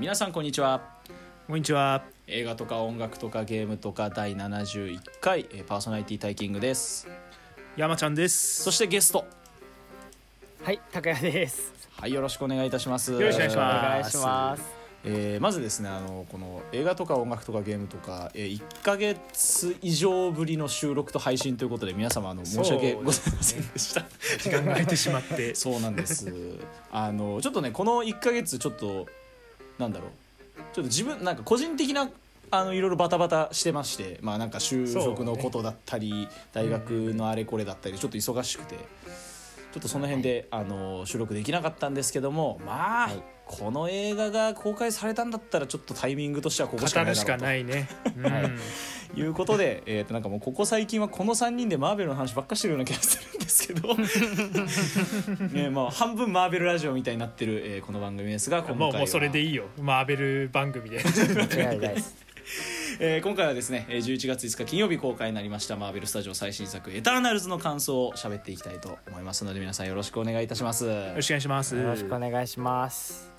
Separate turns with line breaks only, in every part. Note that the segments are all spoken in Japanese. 皆さんこんにちは
こんにちは。
映画とか音楽とかゲームとか第71回えーパーソナリティタイキングです
山ちゃんです。
そしてゲスト
はい、高谷です。
はいよろしくお願いいたしますよ
ろしくお願いし
お
ま
願いします。
えーまずですねあのこの映画とか音楽とかゲームとか、えー、1か月以上ぶりの収録と配信ということで皆様あの申し訳ございませんでした
時間が空いてしまって。
そうなんですあのちょっとねこの1か月ちょっとなんだろうちょっと自分なんか個人的なあのいろいろバタバタしてましてまあなんか就職のことだったり、大学のあれこれだったりちょっと忙しくて。ちょっとその辺で、あの収録できなかったんですけどもまあ、この映画が公開されたんだったらちょっとタイミングとしてはここしかな
刀
いだ
し
ろ
か
うと
ないね。うん
いうことで、えー、となんかもうここ最近はこの3人でマーベルの話ばっかしてるような気がするんですけ ど、ねまあ、半分マーベルラジオみたいになってる、えーこの番組ですが今回
も
は
うもうそれでいいよ。マーベル番組で。
間違いないです。
えー今回はですねえー11月5日金曜日公開になりましたマーベルスタジオ最新作「エターナルズ」の感想を喋っていきたいと思いますので皆さんよろしくお願いいたします。
よろしくお願いします。
よろしくお願いします。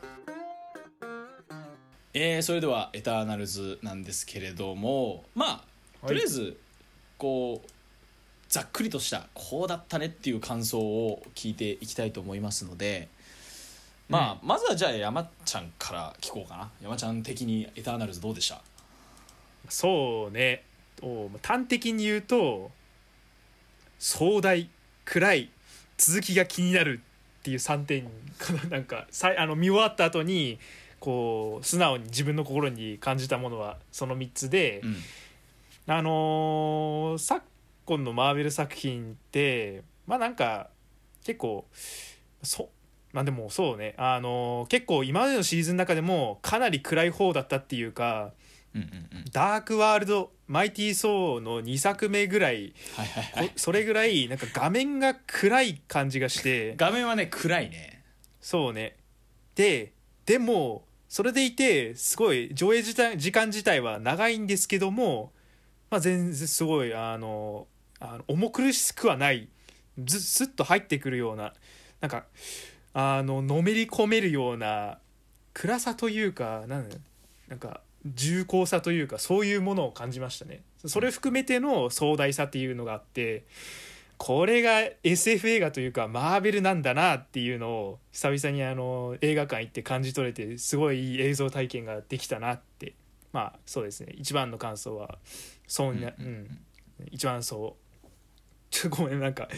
えーそれでは「エターナルズ」なんですけれどもまあとりあえずこうざっくりとしたこうだったねっていう感想を聞いていきたいと思いますのでまあ、まずはじゃあ山ちゃんから聞こうかな山ちゃん的に「エターナルズ」どうでした
そうね。お端的に言うと壮大暗い続きが気になるっていう3点かななんかさいあの見終わった後にこう素直に自分の心に感じたものはその3つで、
うん
あのー昨今のマーベル作品ってまあなんか結構そまあでもそうねあのー結構今までのシリーズの中でもかなり暗い方だったっていうか
うんうんうん
「ダークワールド」「マイティー・ソー」の2作目ぐらい
はいはいはい
こそれぐらいなんか画面が暗い感じがして
画面はね暗いね
そうねででもそれでいてすごい上映時間時間自体は長いんですけども、まあ、全然すごいあのあの重苦しくはないずすっと入ってくるようななんかあののめり込めるような暗さというかなんなんか重厚さというかそういうものを感じましたねそれ含めての壮大さっていうのがあってこれが SF 映画というかマーベルなんだなっていうのを久々にあの映画館行って感じ取れてすごいいい映像体験ができたなってまあそうですね一番の感想はそうな、
うんう
う
んうん
ん、一番そうちょっとごめんなんか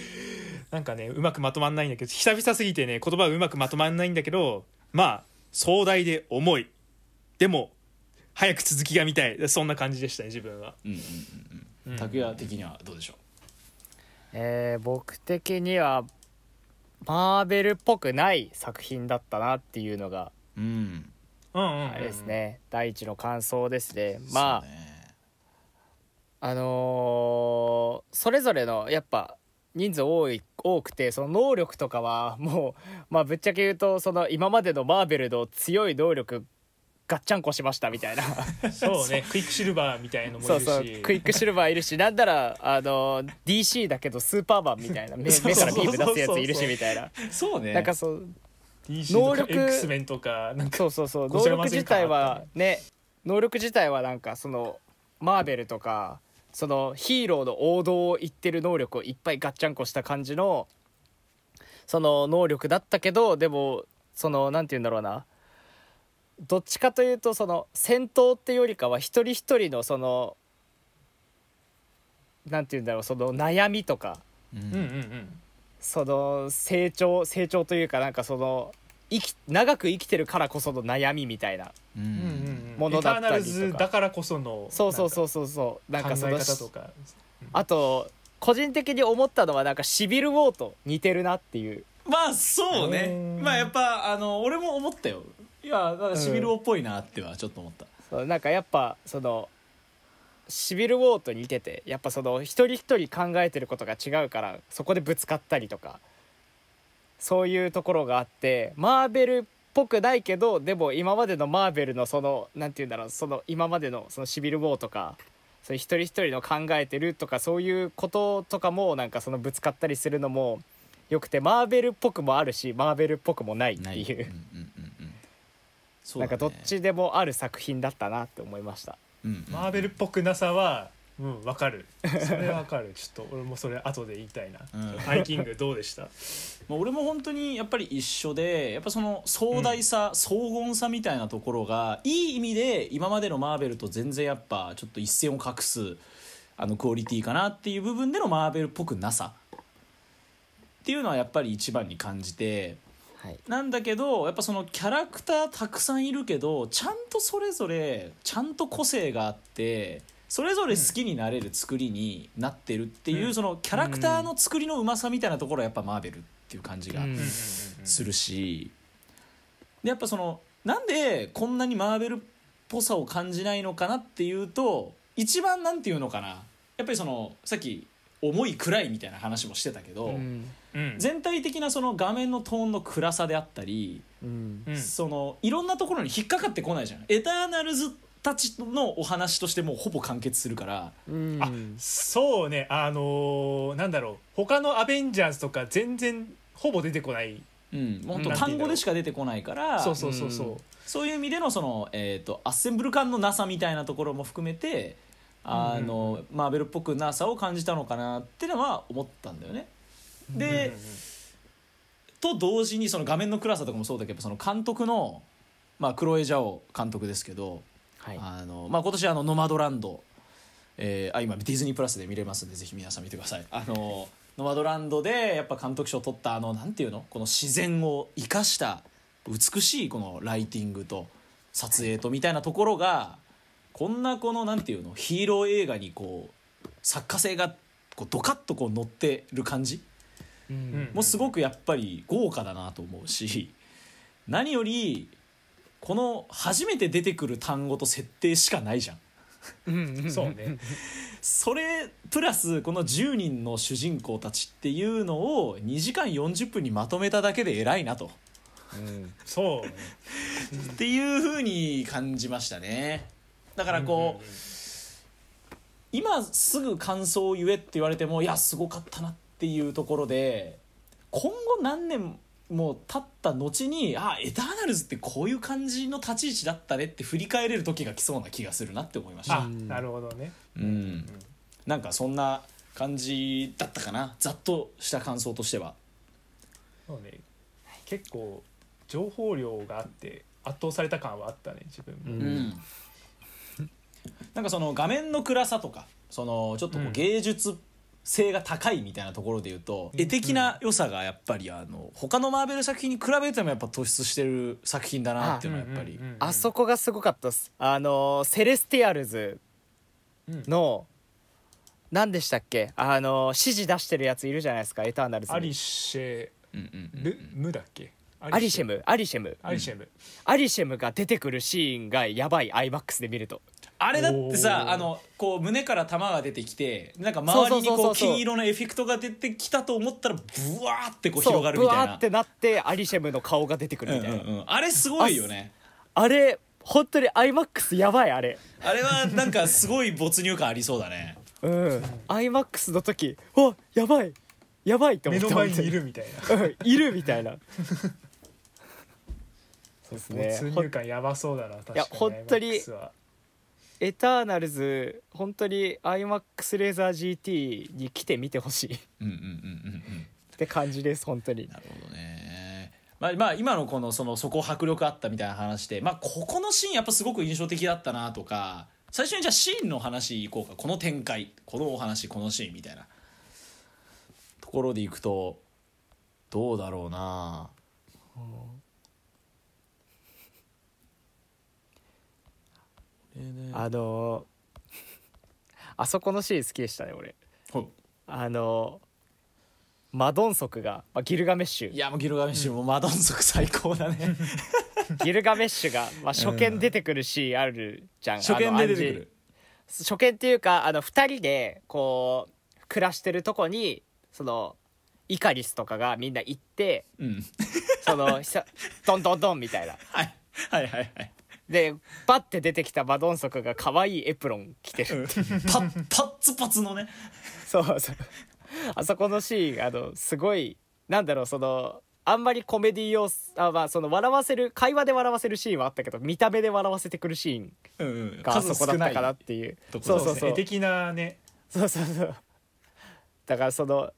なんかねうまくまとまんないんだけど久々すぎてね言葉がうまくまとまんないんだけどまあ壮大で重いでも早く続きが見たいそんな感じでしたね自分は、
うんうんうんうん拓也的にはどうでしょ
えー、僕的にはマーベルっぽくない作品だったなっていうのが
ううん
うんうんうん
あれですね、第一の感想ですね。まあ
そうね
あのーそれぞれのやっぱ人数多い多くてその能力とかはもう、 まあ、ぶっちゃけ言うとその今までのマーベルの強い能力ガッチャンコしましたみたいな
そう ねクイックシルバーみたいのもい
そう
るし
そうクイックシルバーいるしなんならあの DC だけどスーパーマンみたいな目目
そう
か
そう
らビーム出すやついるしみたいな
そうね
なんかそう
能
能
力
力
X メンとかなんか
そうそうそう
ご
能
ちゃ
力
混ぜ
自
感あったね
体はね能力自体はなんかそのマーベルとかそのヒーローの王道を言ってる能力をいっぱいガッチャンコした感じのその能力だったけどでもそのなんて言うんだろうなどっちかというとその戦闘っていうよりかは一人一人のそのなんて言うんだろうその悩みとか
う
うんうん
ん
うん
その成長成長というかなんかその生き長く生きてるからこその悩みみたいな
う
うんんうん
ものだっ
エターナ
たりとか
ルズだからこその
そうそうそううそうそう
な
なんん
か
か
考
そ
え
の
方とか
あと個人的に思ったのはなんかシビルウォーと似てるなっていう
まあそう
う
ね
ーん
まあやっぱあの俺も思ったよいやだからシビル王っぽいなってはちょっと思った、
そうなんかやっぱそのシビルウォーと似ててやっぱその一人一人考えてることが違うからそこでぶつかったりとかそういうところがあってマーベルっぽくないけどでも今までのマーベルのそのなんて言うんだろうその今までのそのシビルウォーとかその一人一人の考えてるとかそういうこととかもなんかそのぶつかったりするのもよくてマーベルっぽくもあるしマーベルっぽくもないって
ない
いう
うんうんうんうんそう
な
だ
ん
ね
かどっちでもある作品だったなって思いました
うんうん
マーベルっぽくなさはうんわか るそれわかるちょっと俺もそれ後で言いたいな
うん
ハイキングどうでした
まあ、俺も本当にやっぱり一緒でやっぱその壮大さ、荘厳さみたいなところがいい意味で今までのマーベルと全然やっぱちょっと一線を画すあのクオリティかなっていう部分でのマーベルっぽくなさっていうのはやっぱり一番に感じて
はい
なんだけどやっぱそのキャラクターたくさんいるけどちゃんとそれぞれちゃんと個性があってそれぞれ好きになれる作りになってるっていう、
うん
そのキャラクターの作りのうまさみたいなところはやっぱマーベルっていう感じが
うん
するし、でやっぱそのなんでこんなにマーベルっぽさを感じないのかなっていうと一番なんていうのかなやっぱりそのさっき重い暗いみたいな話もしてたけど、
うん
うん
全体的なその画面のトーンの暗さであったり、
うん
うん
そのいろんなところに引っかかってこないじゃん。エターナルズたちのお話としてもうほぼ完結するから、
うん
あそうねあのーなんだろう他のアベンジャーズとか全然ほぼ出てこない
うん、もうほんと
うん
単語でしか出てこないから、
そうそうそうそう
うん
そういう意味でのその、えー、とアッセンブル感のなさみたいなところも含めてあの、マーベルっぽくなさを感じたのかなってのは思ったんだよね。で、と同時にその画面の暗さとかもそうだけどその監督の、まあ、クロエ・ジャオ監督ですけど、
はい
あのまあ、今年あの「ノマドランド」えーあ今ディズニープラスで見れますんでぜひ皆さん見てください。あのノマドランドでやっぱ監督賞を取ったあのなんていうのこの自然を生かした美しいこのライティングと撮影とみたいなところがこんなこのなんていうのヒーロー映画にこう作家性がこうドカッとこう乗ってる感じ
う
うんん
もうすごくやっぱり豪華だなと思うし何よりこの初めて出てくる単語と設定しかないじゃん。
うん
そうね
それプラスこの10人の主人公たちっていうのを2時間40分にまとめただけで偉いなと
うん
そうね
っていうふうに感じましたね。だからこう、今すぐ感想を言えって言われてもいやすごかったなっていうところで今後何年も経った後にあエターナルズってこういう感じの立ち位置だったねって振り返れる時が来そうな気がするなって思いました
あなるほどね
うんなんかそんな感じだったかなざっとした感想としては
そうね結構情報量があって圧倒された感はあったね自分も、
うん
なんかその画面の暗さとかそのちょっとこ
う
うん芸術性が高いみたいなところで言うと、絵的な良さがやっぱりあの他のマーベル作品に比べてもやっぱ突出してる作品だなっていうのはやっぱり、
うんうんうん
あそこがすごかったっすあのーセレスティアルズの何でしたっけあのー指示出してるやついるじゃないですかエターナルズに
アリシェ
うんうんうん
ルムだっけ
アリシェムアリシェム
アリシェム、
アリシェムが出てくるシーンがやばい IMAX で見ると
あれだって
お
さ
ー
あのこう胸から玉が出てきてなんか周りに
そうそ
こ
うそううそう
金色のエフェクトが出てきたと思ったらブワーってこう
そう
広がるみたい
ブワー
な
ってなってアリシェムの顔が出てくるみたいな、
うんうんうんあれすごいよね
あれ本当に IMAX やばいあれ
あれはなんかすごい没入感ありそうだね
うん IMAX の時わやばいやばいって
目
思った
の前にいるみたいな
本当に うんいるみたいなそう で
没
すね
入感やばそうだな確かに
や本当に
IMAX は
エターナルズ本当に IMAX レーザー GT に来て見てほ しいっ
うんうんうんうんうん
て感じです本当に
なるほどね。まあ、まあ今のこのそのそこ迫力あったみたいな話で、まあ、ここのシーンやっぱすごく印象的だったなとか最初にじゃあシーンの話いこうかこの展開このお話このシーンみたいなところでいくとどうだろうな
あのあそこのシーン好きでしたね俺
ほ
あのマドンソクが、まあ、ギルガメッシ
いい
ュ
やもうギルガメッシュもマドンソク最高だね
ギルガメッシュが、まあ、初見出てくるシーンあるじゃん、
初見
あの
で出てく
暗示
る
初見っていうかあの2人でこう暮らしてるとこにそのイカリスとかがみんな行って
うん
そのひ さドンドンドンみたいな
はいはいはいはい
でバッて出てきたマドンソクが可愛いエプロン着て
パ
る
ッパッツパツのね
そうそうあそこのシーンあのすごいなんだろうそのあんまりコメディ要素あまあその笑わせる会話で笑わせるシーンはあったけど見た目で笑わせてくるシーン
うんうん、
があそ
数少
こだっ
な
た
い
かなっていう
とこ
そうそう
です
そ
ね
う
絵的なね
そうそうそうだからその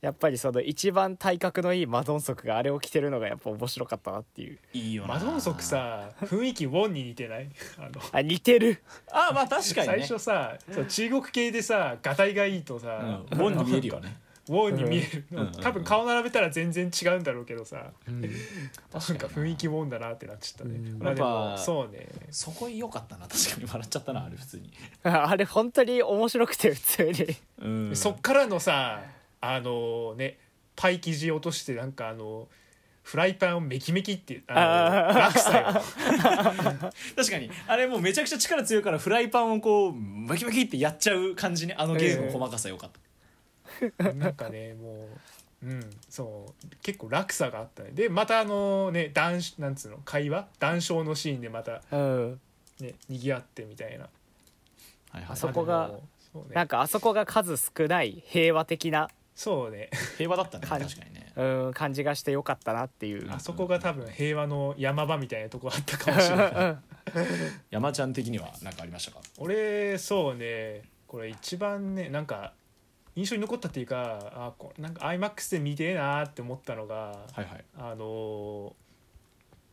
やっぱりその一番体格のいいマドンソクがあれを着てるのがやっぱ面白かったなっていう
いいよな
マドンソクさ雰囲気ウォンに似てない あの
あ似てる
あまあ確かに
最
ね
初さそう中国系でさガタイがいいと
う
さ
ん、、ボンに見えるよね
ウォンに見える、
うん
多分顔並べたら全然違うんだろうけどさ、 なんか雰囲気ウォンだなってなっちゃったね、
うん
まあで
やっ
も
ぱ
そうね
そこ良かったな確かに笑っちゃったなあれ普通に、
あれ本当に面白くて普通に
うん、
そっからのさあのねパイ生地落としてなんかあのフライパンをメキメキってあの
あー
落差よ
確かにあれもうめちゃくちゃ力強いからフライパンをこうバキバキってやっちゃう感じねあのゲームの細かさ良かった、
なんかねもううんそう結構落差があったねでまたあのね談なんつうの会話談笑のシーンでまた
うん
ね賑わってみたいな
はいは
あ
い
そこが
まあでもそう
なん
ね
かあそこが数少ない平和的な、
そうね
平和だったね
はい
確かにね
うん、感じがしてよかったなっていう
あそこが多分平和の山場みたいなとこあったかもし れない
山ちゃん的には何かありましたか
俺そうねこれ一番ねなんか印象に残ったっていうかあこなんか iMAX で見てえなーって思ったのが、
はいはい、
あの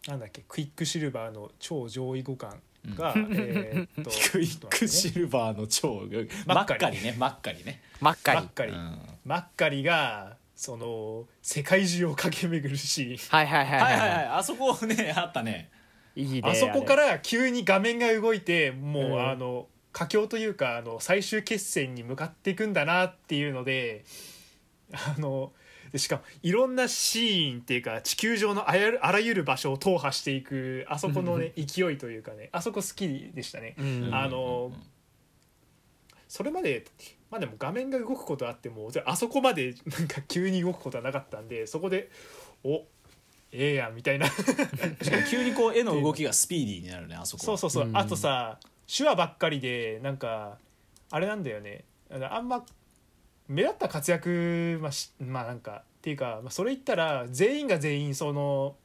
ーなんだっけクイックシルバーの超上位互換
うん
が、 えーっと
クイックシルバーの超
マ
マ
ッカ
ッ
リ
カリねマッカリね、
真っ赤
マ
に
ッカ
う
リ
ん
マッカリがその世界中を駆け巡るシーン
はいはいはい
は
はいい、
はい
は
はいあそこねあったね
い、いいね
あそこからら急に画面が動いてもう、
うん
あの佳境というかあの最終決戦に向かっていくんだなっていうのであのでしかもいろんなシーンっていうか地球上のあやるあらゆる場所を踏破していくあそこの、ね、勢いというかねあそこ好きでしたね。
うん
あのそれまでまあでも画面が動くことはあってもあそこまでなんか急に動くことはなかったんでそこで「おええやん」みたいな
確かに急にこう絵の動きがスピーディーになるねあそこ
そうそうそう、
うん
あとさ手話ばっかりでなんかあれなんだよねあのあんま目立った活躍まあしまあなんかっていうか、まあ、それ言ったら全員が全員その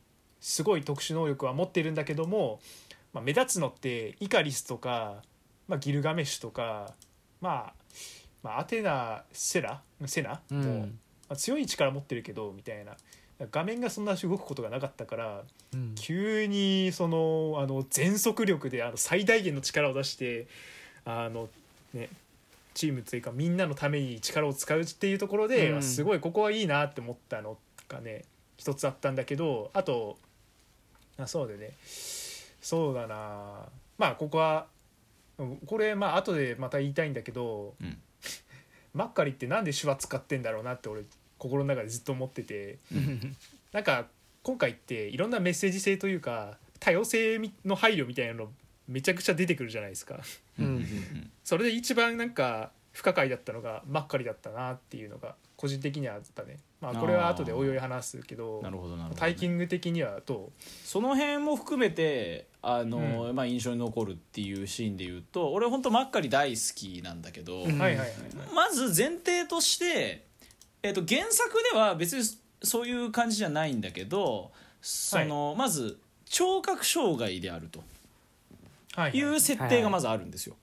すごい特殊能力は持ってるんだけども、まあ、目立つのってイカリスとか、まあ、ギルガメッシュとか、まあ、まあアテナセラセナ
う
も、ま
ん、
あ強い力持ってるけどみたいな画面がそんな動くことがなかったから
うん
急にそのあの全速力であの最大限の力を出してあの、ね、チームというかみんなのために力を使うっていうところで、
うん
すごいここはいいなって思ったのがね一つあったんだけどあとあそうでねそうだなまあここはこれまあ後でまた言いたいんだけど、
うん
マッカリってなんで手話使ってんだろうなって俺心の中でずっと思っ てて。なんか今回っていろんなメッセージ性というか多様性の配慮みたいなのめちゃくちゃ出てくるじゃないですか
うんうん
それで一番なんか不可解だったのがマッカリだったなっていうのが個人的にはあったねまあこれは後でおいおい話すけ
う
ど
んなるほどなるほど
タイキング的にはど
その辺も含めてあの、まあ、印象に残るっていうシーンで言うと俺本当マッカリ大好きなんだけど、
う
う、
ん
はいはいはい
まず前提として、えっと原作では別にそういう感じじゃないんだけどその、まず聴覚障害であると
はいはいいはいう
設定がまずあるんですよ、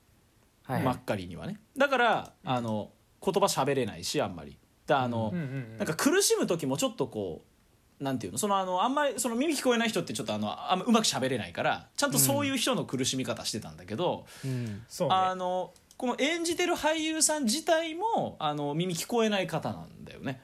はい
マッカリにはね。だからあの言葉喋れないしあんまり。だあの、
うんうん
なんか苦しむ時もちょっとこうなんていうのそのあのあんまりその耳聞こえない人ってちょっとあのあんまうまく喋れないからちゃんとそういう人の苦しみ方してたんだけど、
うん
そうね
あのこの演じてる俳優さん自体もあの耳聞こえない方なんだよね。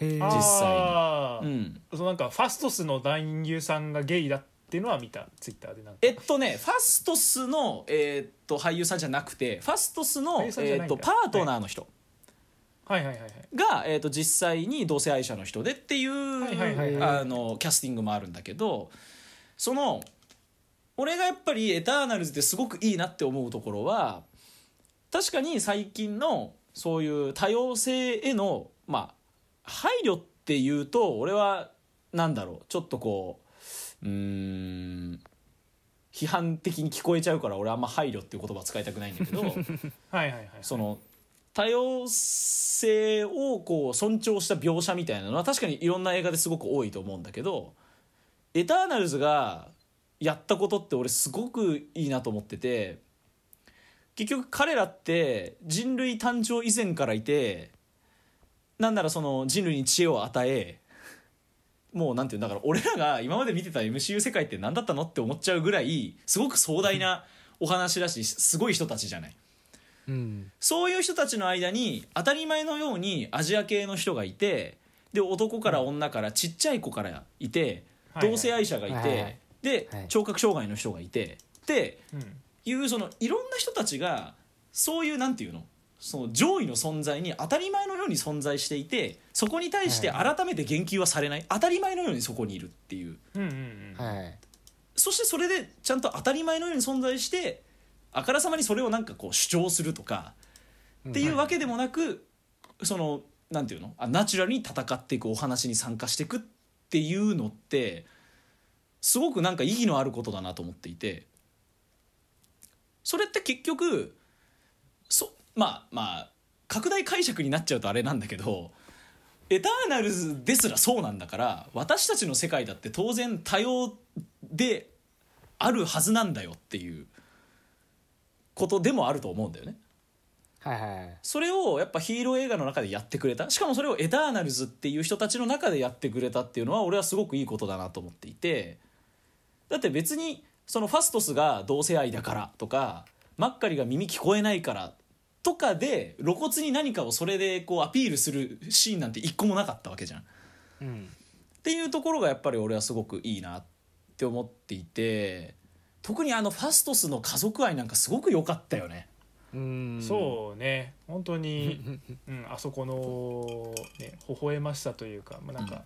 へえ
あー
実際にうん、
そうなんかファストスの男優さんがゲイだっていうのは見たツイッターでなんか
えっとねファストスの、えーっと俳優さんじゃなくてファストスの、
俳
え
優さんじ
ー
ゃな
っ
いん
と
だ
パートナーの人
はいはいはいはい
が、えー、と実際に同性愛者の人でっていう
はいはいはい
はい
あのキャスティングもあるんだけどその俺がやっぱり「エターナルズ」ってすごくいいなって思うところは確かに最近のそういう多様性への、まあ、配慮っていうと俺はなんだろうちょっとこううーん批判的に聞こえちゃうから俺あんま配慮っていう言葉使いたくないんだけど。
はいはいはい
その多様性をこう尊重した描写みたいなのは確かにいろんな映画ですごく多いと思うんだけど「エターナルズ」がやったことって俺すごくいいなと思ってて結局彼らって人類誕生以前からいてなんならその人類に知恵を与えもうなんていうんだから俺らが今まで見てた MCU 世界って何だったのって思っちゃうぐらいすごく壮大なお話だしすごい人たちじゃない。
うん
そういう人たちの間に当たり前のようにアジア系の人がいてで男から女からちっちゃい子からいて、
はいはい
同性愛者がいて、
はいはい
で、
はい
聴覚障害の人がいてって
うん
いうそのいろんな人たちがそういうなんていうのその上位の存在に当たり前のように存在していてそこに対して
はいは
改めて言及はされない当たり前のようにそこにいるっていう
うんうんうん
はい
そしてそれでちゃんと当たり前のように存在してあからさまにそれをなんかこう主張するとかっていうわけでもなく、そのなんていうのあナチュラルに戦っていくお話に参加していくっていうのってすごくなんか意義のあることだなと思っていてそれって結局そまあまあ拡大解釈になっちゃうとあれなんだけど「エターナルズ」ですらそうなんだから私たちの世界だって当然多様であるはずなんだよっていうことでもあると思うんだよね。
はいはい
それをやっぱヒーロー映画の中でやってくれたしかもそれをエターナルズっていう人たちの中でやってくれたっていうのは俺はすごくいいことだなと思っていてだって別にそのファストスが同性愛だからとかマッカリが耳聞こえないからとかで露骨に何かをそれでこうアピールするシーンなんて一個もなかったわけじゃん。
うん
っていうところがやっぱり俺はすごくいいなって思っていて特にあのファストスの家族愛なんかすごく良かったよね。
うん
そうね本当
う
に、
ん
うん、あそこの、ね、微笑ましさというか、まあ、なんか、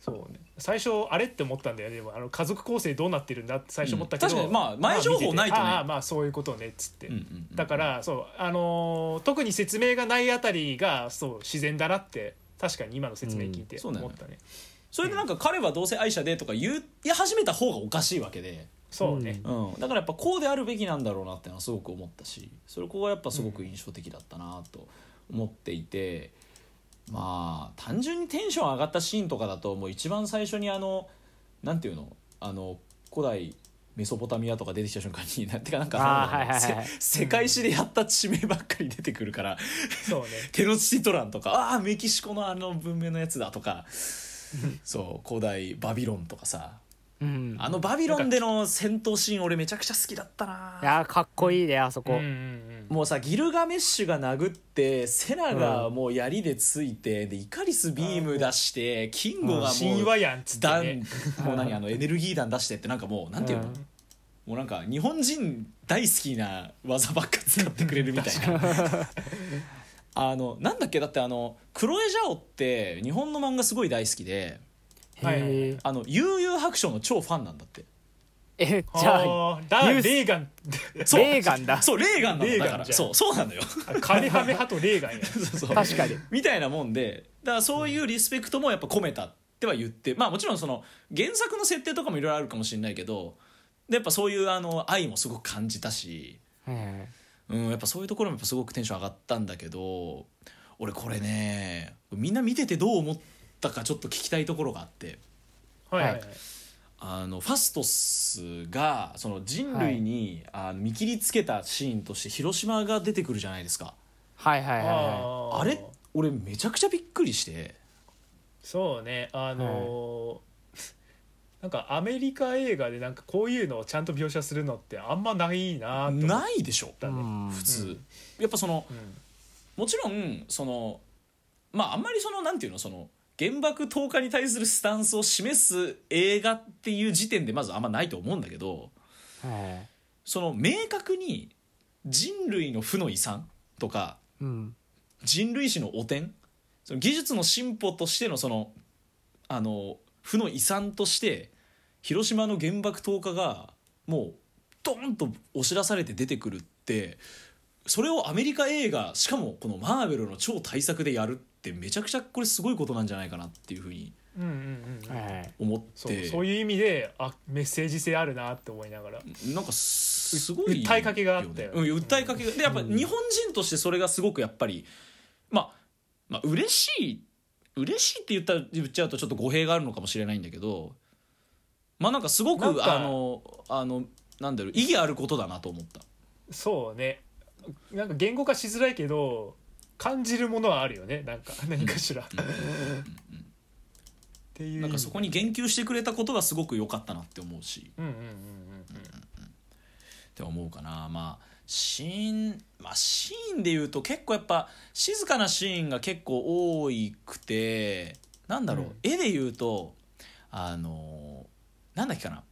そうね最初あれって思ったんだよねでもあの家族構成どうなってるんだって最初思ったけど、
うん確かにまあ前情報ないとね
まあ見ててああまあそういうことねっつって、
うんうんうん
だからそうあのー特に説明がないあたりがそう自然だなって確かに今の説明聞いて
うんそ
思
う
っ
だよね
たね、
それでなんか彼は同性愛者でとか言い始めた方がおかしいわけで、
そうね、
う
うん、だからやっぱこうであるべきなんだろうなってのはすごく思ったしそれここがやっぱすごく印象的だったなと思っていて、まあ単純にテンション上がったシーンとかだともう一番最初にあのなんていうのあの古代メソポタミアとか出てきた瞬間になてかなんか
あーはいはいはい
せ世界史でやった地名ばっかり出てくるから
そうね
テノチティトランとかああメキシコのあの文明のやつだと かそう古代バビロンとかさ
うん
あのバビロンでの戦闘シーン俺めちゃくちゃ好きだったない
やーかっこいいねあそこ、
うんうんうん
もうさギルガメッシュが殴ってセナがもう槍でついてでイカリスビーム出してキングがも
神
う
話やんっつって、
弾
ね、
もう何あのエネルギー弾出してってなんかもうなんていうの
うん
もうなんか日本人大好きな技ばっか使ってくれるみたいなあのなんだっけだってあのクロエジャオって日本の漫画すごい大好きで
はいはい
へー
あの悠々白書の超ファンなんだって
え
あー
じゃあ
だレ
ユース
ーガン
そう
レーガンだ
そうレーガンなの
レーガ
だ
ン
から
じゃん
そうそう なのよ
金はめ派とレーガンやん
そうそう
確かに
みたいなもんでだからそういうリスペクトもやっぱ込めたっては言ってまあもちろんその原作の設定とかもいろいろあるかもしれないけどでやっぱそういうあの愛もすごく感じたし
うん
うん、やっぱそういうところもやっぱすごくテンション上がったんだけど俺これねみんな見ててどう思ったかちょっと聞きたいところがあって
はいはいはい
あのファストスがその人類に、あの見切りつけたシーンとして広島が出てくるじゃないですか
はいはいはいは
あー
あれ俺めちゃくちゃびっくりして
そうねあのー なんかアメリカ映画でなんかこういうのをちゃんと描写するのってあんまないなと思っ
ないでしょ
た
い、
ね。
うん
普通、
うん
やっぱその
うん
もちろんそのまああんまりそのなんていうのその原爆投下に対するスタンスを示す映画っていう時点でまずあんまないと思うんだけど
はい
その明確に人類の負の遺産とか
うん
人類史の汚点その技術の進歩としてのそのあの負の遺産として広島の原爆投下がもうドーンと押し出されて出てくるってそれをアメリカ映画しかもこのマーベルの超大作でやるってめちゃくちゃこれすごいことなんじゃないかなっていうふうに
うんうんうん、
はい
思っ
そう
て
そういう意味であメッセージ性あるなって思いながら
なんかすすごいよね、
訴えかけがあったよね
うん、訴えかけがでやっぱ
うん
日本人としてそれがすごくやっぱりまあまあ嬉しい嬉しいって言ったら言っちゃうとちょっと語弊があるのかもしれないんだけどまあなんかすごく
なんか
あのあのなんだろう意義あることだなと思った
そうねなんか言語化しづらいけど感じるものはあるよねなんか何かしら。っていう
なんかそこに言及してくれたことがすごく良かったなって思うし
うんうんうんうん
って思うかなまあシーンまあシーンで言うと結構やっぱ静かなシーンが結構多いくてなんだろう、
うん
絵で言うとあのなんだっけかな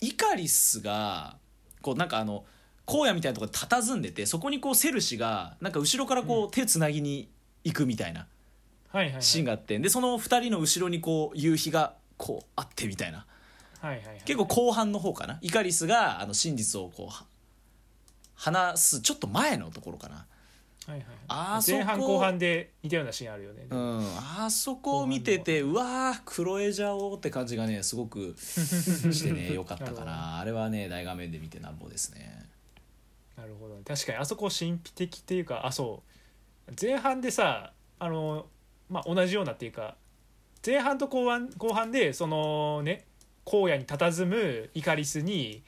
イカリスがこうなんかあの荒野みたいなところで佇んでてそこにこうセルシがなんか後ろからこう手つなぎに行くみたいな
はいはいはい
シーンがあってでその2人の後ろにこう夕日がこうあってみたいな
はいはいはい
結構後半の方かなイカリスがあの真実をこうは話すちょっと前のところかな、
はいはい
あーそこ
前半後半で似たようなシーンあるよね、
うん、あそこを見ててうわークロエジャオって感じがねすごくして ねよかったか
なるほ
なあれはね大画面で見てなんぼですね
なるほど確かにあそこ神秘的っていうかあそう前半でさあのまあ同じようなっていうか前半と後半後半でそのね荒野に佇むイカリスに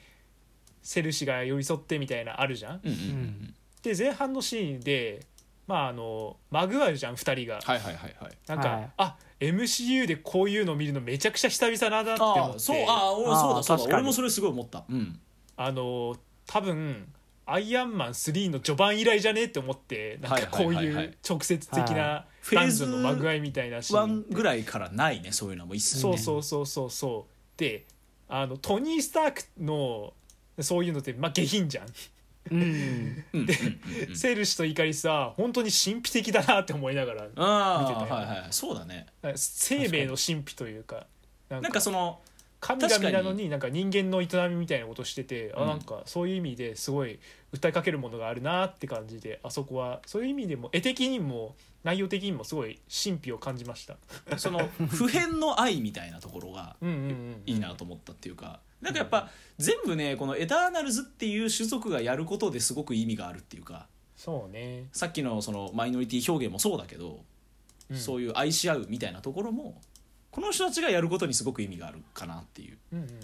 セルシが寄り添ってみたいなあるじゃん
うんうんうん、
うん
で前半のシーンでまああのマグワルじゃん2人が
はいはいはいはい
なんか、
はい
あ MCU でこういうの見るのめちゃくちゃ久々だなって思っ
あ
て
あそうああ俺
あー
そうだそうだ
確かに
俺もそれすごい思ったうん
あの多分アイアンマン3の序盤以来じゃねって思ってなんかこう
はいはい
い
はいはいう
直接的
は
な
フェー
男
ズ
女のまぐあいみたいなシー
ワン
ン
ぐらいからないねそういうのも一切ね
そうそうそうそうそうであのトニー・スタークのそういうのってまあ下品じゃん、
うん
うんうんうんうん
セルシとイカリスは本当に神秘的だなって思いながら見て
あ
た
あ
よ
はいはいそうだね
生命の神秘というかなん
なんかその
神
確か
々
に
なのになんか人間の営みみたいなことしてて、
う
あ
ん
なんかそういう意味ですごい訴えかけるものがあるなって感じであそこはそういう意味でも絵的にも内容的にもすごい神秘を感じました。
その普遍の愛みたいなところが
うんうんうん、
いいなと思ったっていうかなんかやっぱ全部ねこの「エターナルズ」っていう種族がやることですごく意味があるっていうか
そうね、
さっきのそのマイノリティ表現もそうだけど、
うん、
そういう愛し合うみたいなところもこの人たちがやることにすごく意味があるかなっていう
うんうんうん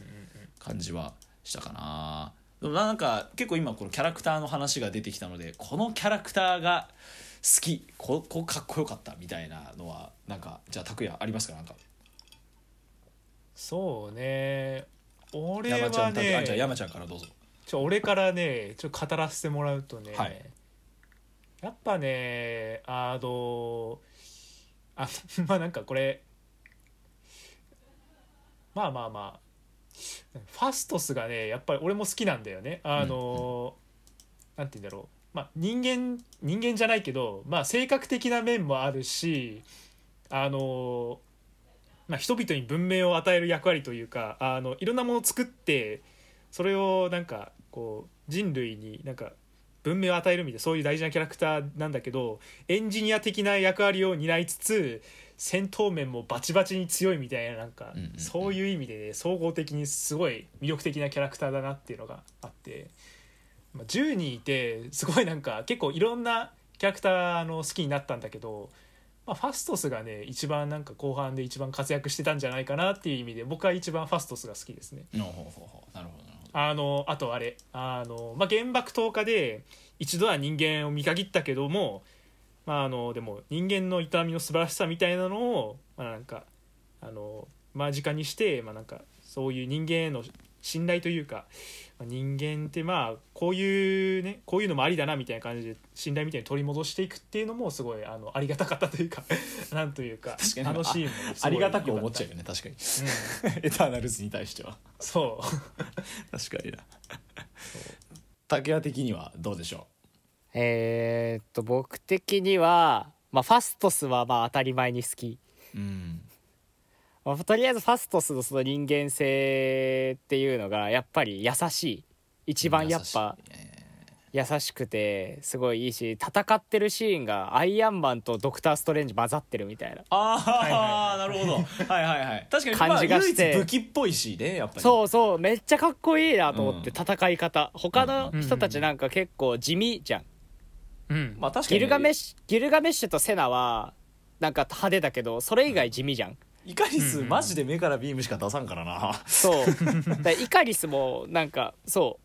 感じはしたかな。でもなんか結構今このキャラクターの話が出てきたのでこのキャラクターが好きここかっこよかったみたいなのはなんかじゃあ拓也ありますかなんか
そうね俺
山ちゃ
は
ん拓也あじゃあ
ね
山ちゃんからどうぞ。
ちょ俺からねちょっと語らせてもらうとね、
はい
やっぱねあのあ まあなんかこれまあまあまあファストスがねやっぱり俺も好きなんだよねあの、なんて言うんだろうまあ人間人間じゃないけどまあ性格的な面もあるしあのまあ人々に文明を与える役割というかあのいろんなものを作ってそれをなんかこう人類になんか文明を与えるみたいなそういう大事なキャラクターなんだけどエンジニア的な役割を担いつつ戦闘面もバチバチに強いみたいななんか
うんうんうん
そういう意味でね総合的にすごい魅力的なキャラクターだなっていうのがあって、まあ、10人いてすごいなんか結構いろんなキャラクターの好きになったんだけど、まあ、ファストスがね一番なんか後半で一番活躍してたんじゃないかなっていう意味で僕は一番ファストスが好きですね。
なるほどなるほどなるほど
あのあとあれあの、まあ、原爆投下で一度は人間を見限ったけども、まあ、あのでも人間の痛みの素晴らしさみたいなのを、まあ、なんかあの間近にして、まあ、なんかそういう人間への信頼というか、まあ人間ってまあこういうねこういうのもありだなみたいな感じで信頼みたいに取り戻していくっていうのもすごいあのありがたかったというか なんというか
確かに
あのシーンもすご
あ
い
りがたく
良か
思っちゃうよね確かに
うん
エターナルズに対しては
そう
確かにな竹谷的にはどうでしょ
えーっと僕的には、まあ、ファストスはまあ当たり前に好き、
ううん
まあ、とりあえずファストスのその人間性っていうのがやっぱり優しい一番やっぱ
優しいね
優しくてすごいいいし戦ってるシーンがアイアンマンとドクター・ストレンジ混ざってるみたいな
ああ、なるほどはいはいはい確かに
感じがして
まあ、唯一武器っぽいしねやっぱり
そうそうめっちゃかっこいいなと思って、
う
戦い方他の人たちなんか結構地味じゃん、
うん
まあ確か
ギ
に
ルガメッシュギルガメッシュとセナはなんか派手だけどそれ以外地味じゃん、
イカリス
うん
マジで目からビームしか出さんからな
そうだからイカリスもなんかそう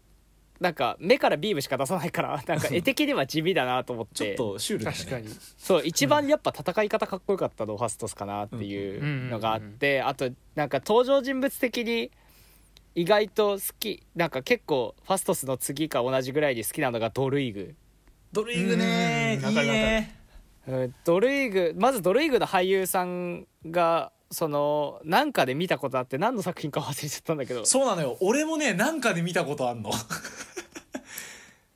なんか目からビームしか出さないからなんか絵的には地味だなと思っ
ちょってとシュールだね
確かに
そう一番やっぱ戦い方かっこよかったのファストスかなっていうのがあってあとなんか登場人物的に意外と好きなんか結構ファストスの次か同じぐらいに好きなのがドルイグ、
ドルイグね
うん
いい
わかるわか
ね
うんドルイグまずドルイグの俳優さんがそのなんかで見たことあって何の作品か忘れちゃったんだけど
そうなのよ俺もねなんかで見たことあんの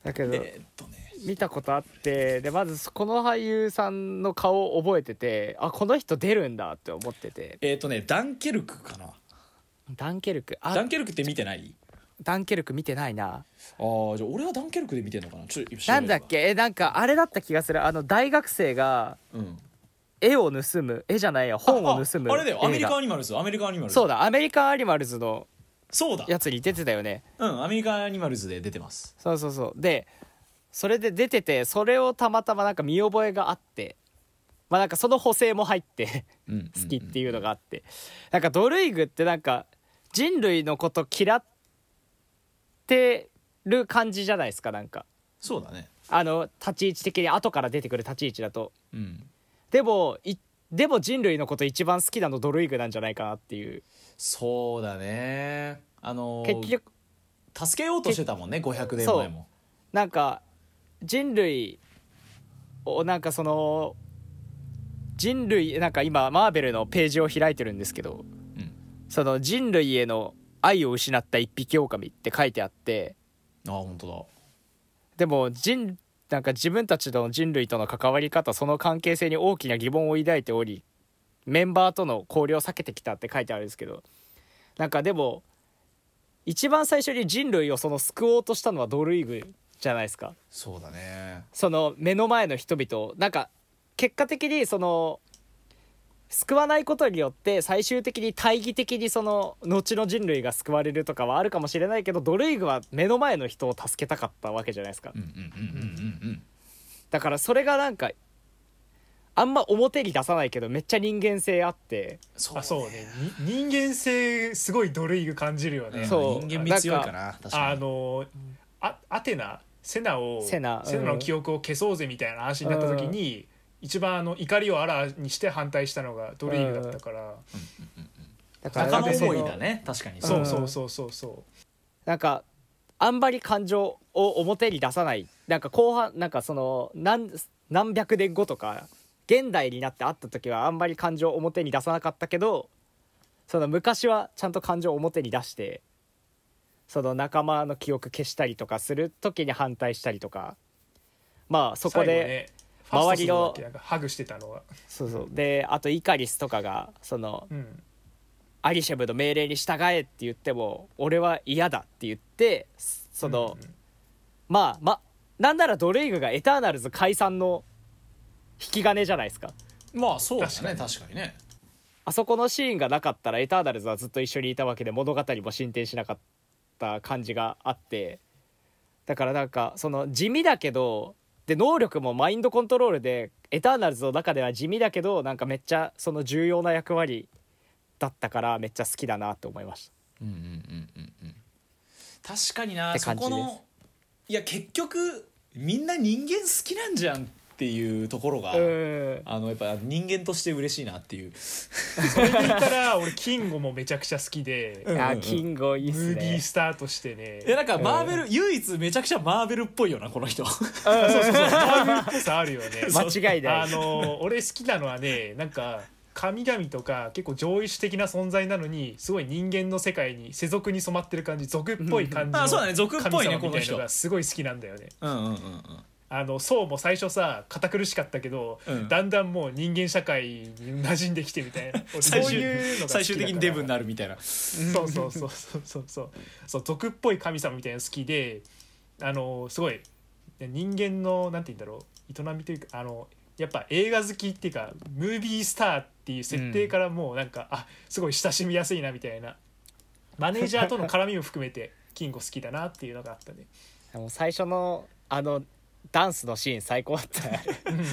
だけど
えーっとね
見たことあってでまずそこの俳優さんの顔を覚えててあこの人出るんだって思ってて
えーっとねダンケルクかな
ダンケルクあ
ダンケルクって見てない
ダンケルク見てないな
あーじゃあ俺はダンケルクで見てんのかなちょっと今調べ
な
る
ん
わ
だっけえなんかあれだった気がするあの大学生が
うん
絵を盗む絵じゃないや本を盗む
あああれだよ
映画
アメリカンアニマルズアメリカンアニマルズ
そうだアメリカンアニマルズの
そうだ
やつに出てたよね
うんアメリカンアニマルズで出てます
そうそうそうでそれで出ててそれをたまたまなんか見覚えがあってまあなんかその補正も入って
うん
好きっ
うん
ていうのがあって、なんかドルイグってなんか人類のこと嫌ってる感じじゃないですかなんか
そうだね
あの立ち位置的に後から出てくる立ち位置だと
うん
でもいでも人類のこと一番好きなのドルイグなんじゃないかなっていう
そうだねあのー
結局
助けようとしてたもんね500年前も
なんか人類をなんかその人類なんか今マーベルのページを開いてるんですけど、
うん
その人類への愛を失った一匹狼って書いてあって
ああ本当だ
でも人なんか自分たちの人類との関わり方その関係性に大きな疑問を抱いておりメンバーとの交流を避けてきたって書いてあるんですけどなんかでも一番最初に人類をその救おうとしたのはドルイグじゃないですか
そうだね
その目の前の人々をなんか結果的にその救わないことによって最終的に大義的にその後の人類が救われるとかはあるかもしれないけどドルイグは目の前の人を助けたかったわけじゃないですか
うんうんうんうんうんうん
だからそれがなんかあんま表に出さないけどめっちゃ人間性あって
そう
あそうねに人間性すごいドルイグ感じるよね
ね
そう
人間味強いかな確か
あ
に
のあアテナセナを
セナうん
の記憶を消そうぜみたいな話になった時に、一番あの怒りをあらわにして反対したのがドルイグだったから、
だから
仲
なん
間
かそ
思い
の
だね確かに
そううんそうそうそうそ
なんかあんまり感情を表に出さないなんか後半なんかその何何百年後とか現代になって会った時はあんまり感情を表に出さなかったけどその昔はちゃんと感情を表に出してその仲間の記憶消したりとかする時に反対したりとかまあ
う
そこで、
最後ね、
周りの
ファーストスだっけなんかハグしてたのは、
そうそうであとイカリスとかがその
うん、
アリシェムの命令に従えって言っても俺は嫌だって言ってその、
うん
まあまなんならドレイグがエターナルズ解散の引き金じゃないですか
まあそうだね確
確
かにね
あそこのシーンがなかったらエターナルズはずっと一緒にいたわけで物語も進展しなかった感じがあってだからなんかその地味だけどで能力もマインドコントロールでエターナルズの中では地味だけどなんかめっちゃその重要な役割だったからめっちゃ好きだなって思いました。
うんうんうんうんうん確かにな
って
そ
感じ
このいや結局みんな人間好きなんじゃんっていうところが
うん
あのやっぱ人間として嬉しいなっていう
それで言ったら俺キングもめちゃくちゃ好きで、
うん
あキングいいっす
ムービー
ね。
スターとしてね
えなんかマーベル唯一めちゃくちゃマーベルっぽいよなこの人
そうそうそうマーベルっぽさあるよ ね
間違いな
あ
い。
の俺好きなのはねなんか神々とか結構上位種的な存在なのにすごい人間の世界に世俗に染まってる感じ俗っぽい感じ
あそうだ
の
ね俗っぽ
神
いね
様
こ
み
の
たいの
人
がすごい好きなんだよね。
うんうんうんうん
あのそうも最初さ堅苦しかったけど、
うん
だんだんもう人間社会に馴染んできてみたいな 俺そう
最終
いうのが好きだから
最終的にデブになるみたいな
そうそうそうそうそうそうそう俗っぽい神様みたいなの好きであのすごい人間のなんて言うんだろう営みというかあのやっぱ映画好きっていうかムービースターっていう設定からもうなんか、あすごい親しみやすいなみたいなマネージャーとの絡みも含めて金吾好きだなっていうのがあった ね。
でも最初のあのダンスのシーン最高だったね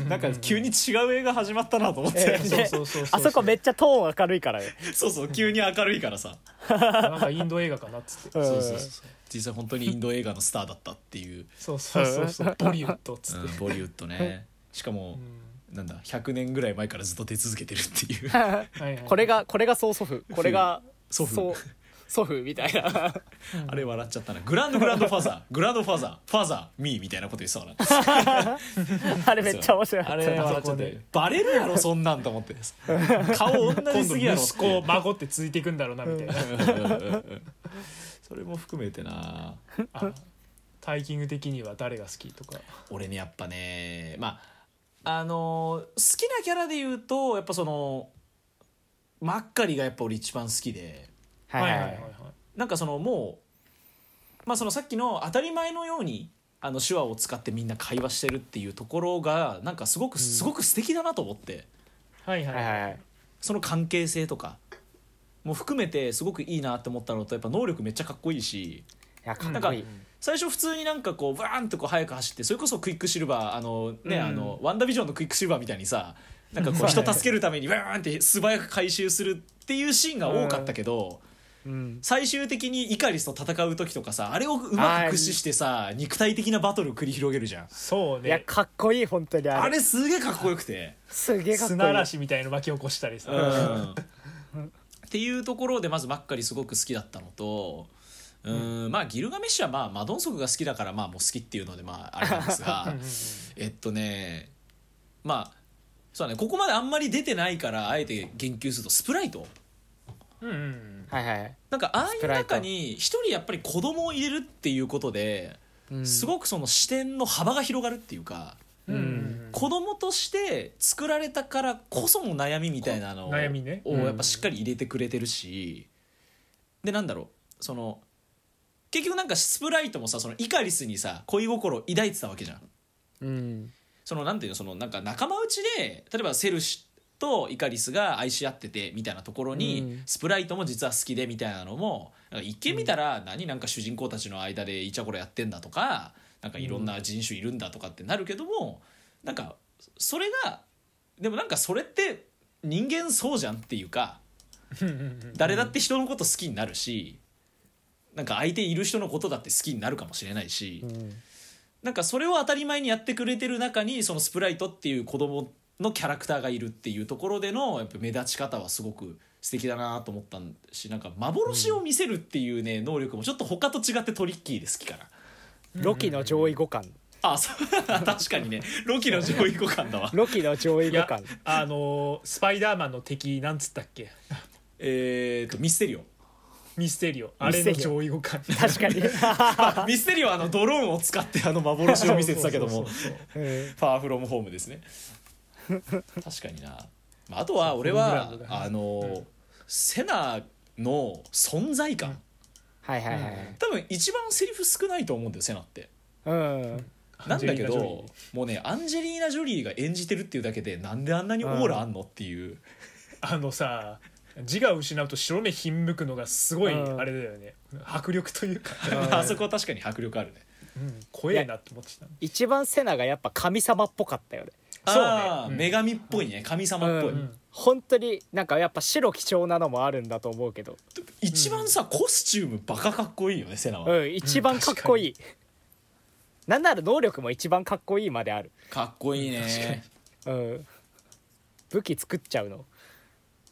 なんか急に違う映画始まったなと思って
ええ
そうそうそうう
あそこめっちゃトーン明るいからね
そうそう急に明るいからさ
なんかインド映画かなっつって。
うん
そうそうそう実際本当にインド映画のスターだったっていう、
そうそうそうそうボリュッドっつ
う
って。
んボリウッドねしか
う
も、
ん
なんだ100年ぐらい前からずっと出続けてるっていう
はいはい
これがこれが曽祖父これが
祖父
そう祖父みたい な
あれ笑っちゃったなグランドグランドファザーグランドファザーファザーミーみたいなこと言ってたから
あれ めっちゃ面白い
あれ笑っちゃっ
あそこ
て
ね
バレるやろそんなんと思って顔同じ
今
す
度
ぎやろ
息子孫って続いていくんだろうなみたいな、
それも含めてな
あタイキング的には誰が好きとか
俺ねやっぱねまああのー好きなキャラで言うとやっぱそのマッカリがやっぱ俺一番好きで
はいはいはい
なんかそのもう、まあ、そのさっきの当たり前のようにあの手話を使ってみんな会話してるっていうところがなんかすごくすごく素敵だなと思って。
はいはいはい
はい
はい
はい
その関係性とかも含めてすごくいいなって思ったのとやっぱ能力めっちゃかっこいいし
いやか
な
っ
ん
こ
か
いい
最初普通になんかこうバーンとこう速く走ってそれこそクイックシルバーあのね、
うん
あのワンダービジョンのクイックシルバーみたいにさなんか
そ
こ
う
う
ね
人助けるためにバーンって素早く回収するっていうシーンが多かったけど
うん
最終的にイカリスと戦う時とかさあれをうまく駆使してさ肉体的なバトルを繰り広げるじゃん
そう
いや
ね
かっこいい本当にあ
あ
れ
れすげえかっこよくて。
すげえかっこいい
砂嵐みたいの巻き起こしたりさ、
っていうところでまずマッカリすごく好きだったのとうーんまあギルガメッシュはまあマドンソクが好きだからまあもう好きっていうのでまああれなんです
う
が
んうんうん
えっとねまあそうだねここまであんまり出てないからあえて言及するとスプライト
うんうん
はいはい
なんかああい
ス
う
プライト
中に一人やっぱり子供を入れるっていうことで
うん
すごくその視点の幅が広がるっていうか
うんうん
子供として作られたからこその悩みみたいなのを
悩みね
をやっぱしっかり入れてくれてるし、でなんだろうその結局なんかスプライトもさそのイカリスにさ恋心を抱いてたわけじゃん。
うん
そのなんていうのそのなんか仲間内で例えばセルシとイカリスが愛し合っててみたいなところに、
うん
スプライトも実は好きでみたいなのもなんか一見見たら何なんか主人公たちの間でイチャコラやってんだとかなんかいろんな人種いるんだとかってなるけども、なんかそれがでもなんかそれって人間そうじゃんっていうか
うんうん
誰だって人のこと好きになるし、なんか相手いる人のことだって好きになるかもしれないし。
うん
なんかそれを当たり前にやってくれてる中にそのスプライトっていう子供のキャラクターがいるっていうところでのやっぱ目立ち方はすごく素敵だなと思ったしなんか幻を見せるっていうね、能力もちょっと他と違ってトリッキーで好きかな。
ロキの上位互換
あそう 確かにねロキの上位互換だわ
ロキの上位
い
互
や
換
あのースパイダーマンの敵なんつったっけ
えーとミステリオ
ミステリオあれの上位互換
確 かに
ミステリオはあのドローンを使ってあの幻を見せてたけども
そうそうそう
うん
パワーフロムホームですね確かにな、まあ、あとは俺は
そうホームランだね
あの、セナの存在感、
はいはいは
多分一番セリフ少ないと思うんだよセナって
いうん
そう
なんだけ
アンジェリーナジョリー
どもうねアンジェリーナ・ジョリーが演じてるっていうだけでなんであんなにオーラあんのっていう、
あのさ自我を失うと白目ひんむくのがすごい
うん
あれだよね迫力というか、
あそこは確かに迫力あるね
うん、怖えなって思ってた
一番セナがやっぱ神様っぽかったよね
そうね
あー
うん
女神っぽいね神様っぽい、
うん
本当になんかやっぱ白貴重なのもあるんだと思うけど、
一番さコスチュームバカかっこいいよねセナは、
うん、一番かっこいい、なんなら能力も一番かっこいいまである、
かっこいいね
確かに
うん、武器作っちゃうの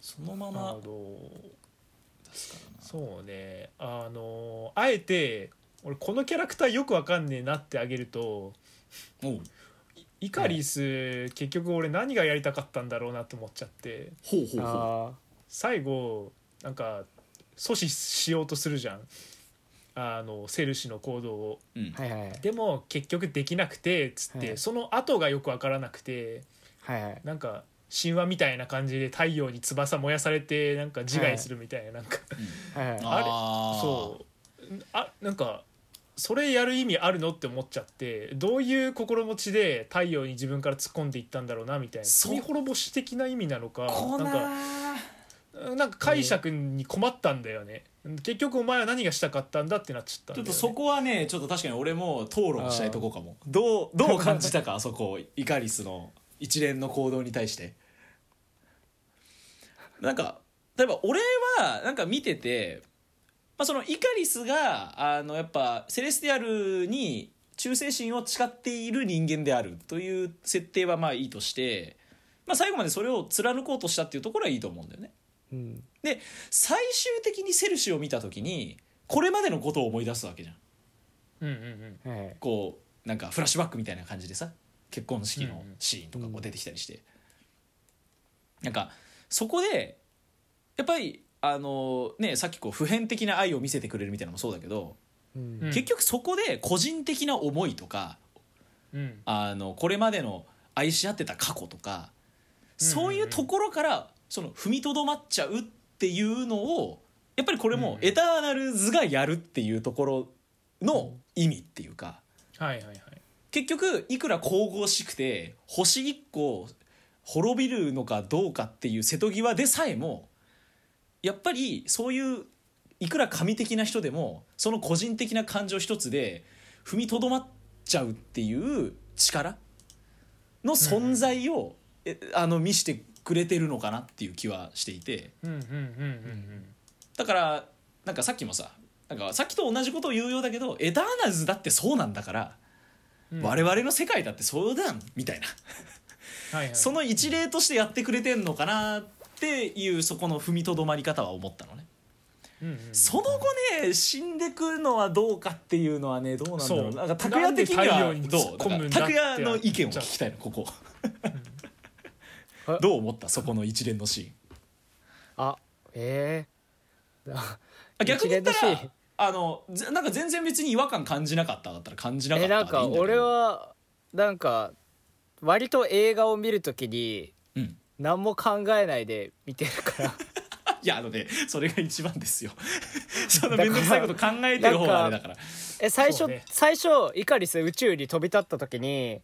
そのま
あ
ま
のそうねあのあえて俺このキャラクターよくわかんねえなってあげると
おう
イカリス、結局俺何がやりたかったんだろうなって思っちゃって
ほうほうほ
あ
最後なんか阻止しようとするじゃんあのセルシの行動を。
う、うん
ーはいはいはい
でも結局できなくてつって、
はい
その後がよくわからなくて
はいはい
なんか神話みたいな感じで太陽に翼燃やされてなんか自害するみたいな,、なんか
はいは
あ
い
れ
あー
そうあなんかそれやる意味あるのって思っちゃってどういう心持ちで太陽に自分から突っ込んでいったんだろうなみたいな
そう
罪滅ぼし的な意味なのか
こ
なんか
な
なんか解釈に困ったんだよね、結局お前は何がしたかったんだってなっちゃった
ち
ん
ょっ
だよね、
とそこはねちょっと確かに俺も討論したいとこかもどうどう感じた かそこイカリスの一連の行動に対してなんか例えば俺はなんか見てて、まあ、そのイカリスがあのやっぱセレスティアルに忠誠心を誓っている人間であるという設定はまあいいとして、まあ、最後までそれを貫こうとしたっていうところはいいと思うんだよね。
うん
で最終的にセルシーを見た時にこれまでのことを思い出すわけじゃん。
うんうんうん
はい
こうなんかフラッシュバックみたいな感じでさ結婚式のシーンとか
うん
こ
う
うん出てきたりして、なんかそこでやっぱりあのねさっきこう普遍的な愛を見せてくれるみたいなのもそうだけど、
うん
うん
結局そこで個人的な思いとか
うん
あのこれまでの愛し合ってた過去とかそういうところからその踏みとどまっちゃうっていうのをやっぱりこれ
うん
も
うん
エターナルズがやるっていうところの意味っていうか。
はいはいはい
結局いくら神々しくて星1個滅びるのかどうかっていう瀬戸際でさえもやっぱりそういういくら神的な人でもその個人的な感情一つで踏みとどまっちゃうっていう力の存在を、えあの見せてくれてるのかなっていう気はしていて。
うんうんうん
だからなんかさっきもさなんかさっきと同じことを言うようだけどエターナルズだってそうなんだから、
うんうん
我々の世界だってそうだんみたいな、
はいはい
その一例としてやってくれてんのかなっていうそこの踏みとどまり方は思ったのね、
うんうん
その後ね死んでくるのはどうかっていうのはねどうなんだろ
そう
うなんか拓也的には
なん
ど
で太陽に突っ
う
込むんだ
拓
っ
也
てな
の
っちゃう
意見を聞きたいのここ
あ
どう思ったそこの一連のシーン
あええー、
あ逆に言った
一連
ら
のシーン
あのぜなんか全然別に違和感感じなかっただったら感じなかった
え
でい
ないん
だけど
か俺はなんか割と映画を見るときに
うん
何も考えないで見てるから
いやあのねそれが一番ですよ その面倒くさいこと考えてる方があれだから
え最
そ
初、
うね
最初イカリス宇宙に飛び立った時に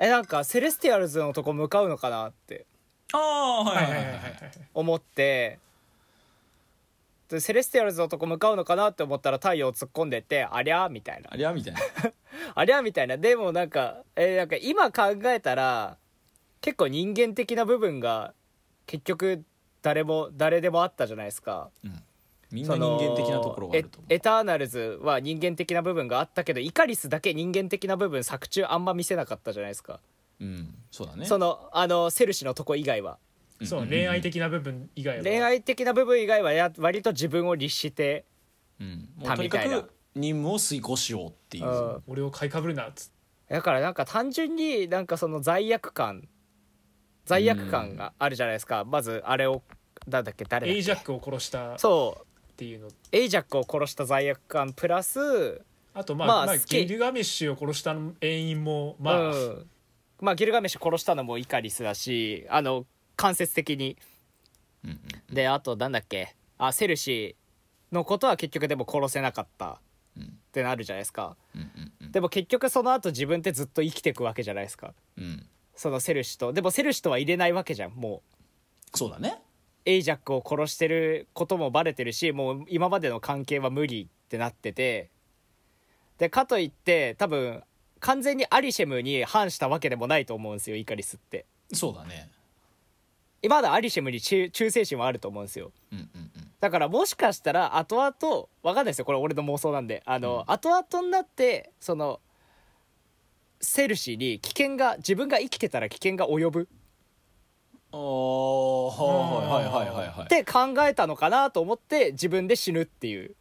えなんかセレスティアルズのとこ向かうのかなって
ああは
はいい
は
はいい
は
はいい
は
はい
い
思ってでセレスティアルズのとこ向かうのかなって思ったら太陽突っ込んでってありゃーみたいな
ありゃみたいな
ありゃーみたいなでもなんかえなんか今考えたら結構人間的な部分が結局誰も誰でもあったじゃないですか。
みんな人間的なところがあると思
そのエエターナルズは人間的な部分があったけどイカリスだけ人間的な部分作中あんま見せなかったじゃないですか
ううんそうだね
そのあのセルシのとこ以外は
ん
そう恋愛的な部分以外は
恋愛的な部分以外はや割と自分を律して、
うんも
他
うとに
み
か
たいな
く任務を遂行しようっていううん
俺を買いかぶるなっつって
だからなんか単純になんかその罪悪感罪悪感があるじゃないですか、まずあれをなんだっけ誰だっ
エ
け
イジャックを殺したっ
そう
ていうの
エイジャックを殺した罪悪感プラス
あとまあ、
ま
ま
あ
あ
好き
ゲルガメッシュを殺した原因もまあ、
うんまあギルガメッシュ殺したのもイカリスだしあの間接的に
うんうん
であとなんだっけあセルシーのことは結局でも殺せなかった
うん
ってなるじゃないですか
うんうん
でも結局その後自分ってずっと生きてくわけじゃないですか
うんうん
そのセルシーとでもセルシーとは入れないわけじゃんもう
そうだね
エイジャックを殺してることもバレてるしもう今までの関係は無理ってなっててでかといって多分完全にアリシェムに反したわけでもないと思うんですよイカリスって
そうだね
今まだアリシェムに忠忠誠心はあると思うんですよ
うんうんうん
だからもしかしたら後々わかんないですよこれ俺の妄想なんであの、
うん
後々になってそのセルシーに危険が自分が生きてたら危険が及ぶ
ああはいはいはいはいはい
っ
はい
て考えたのかなと思って自分で死ぬっていう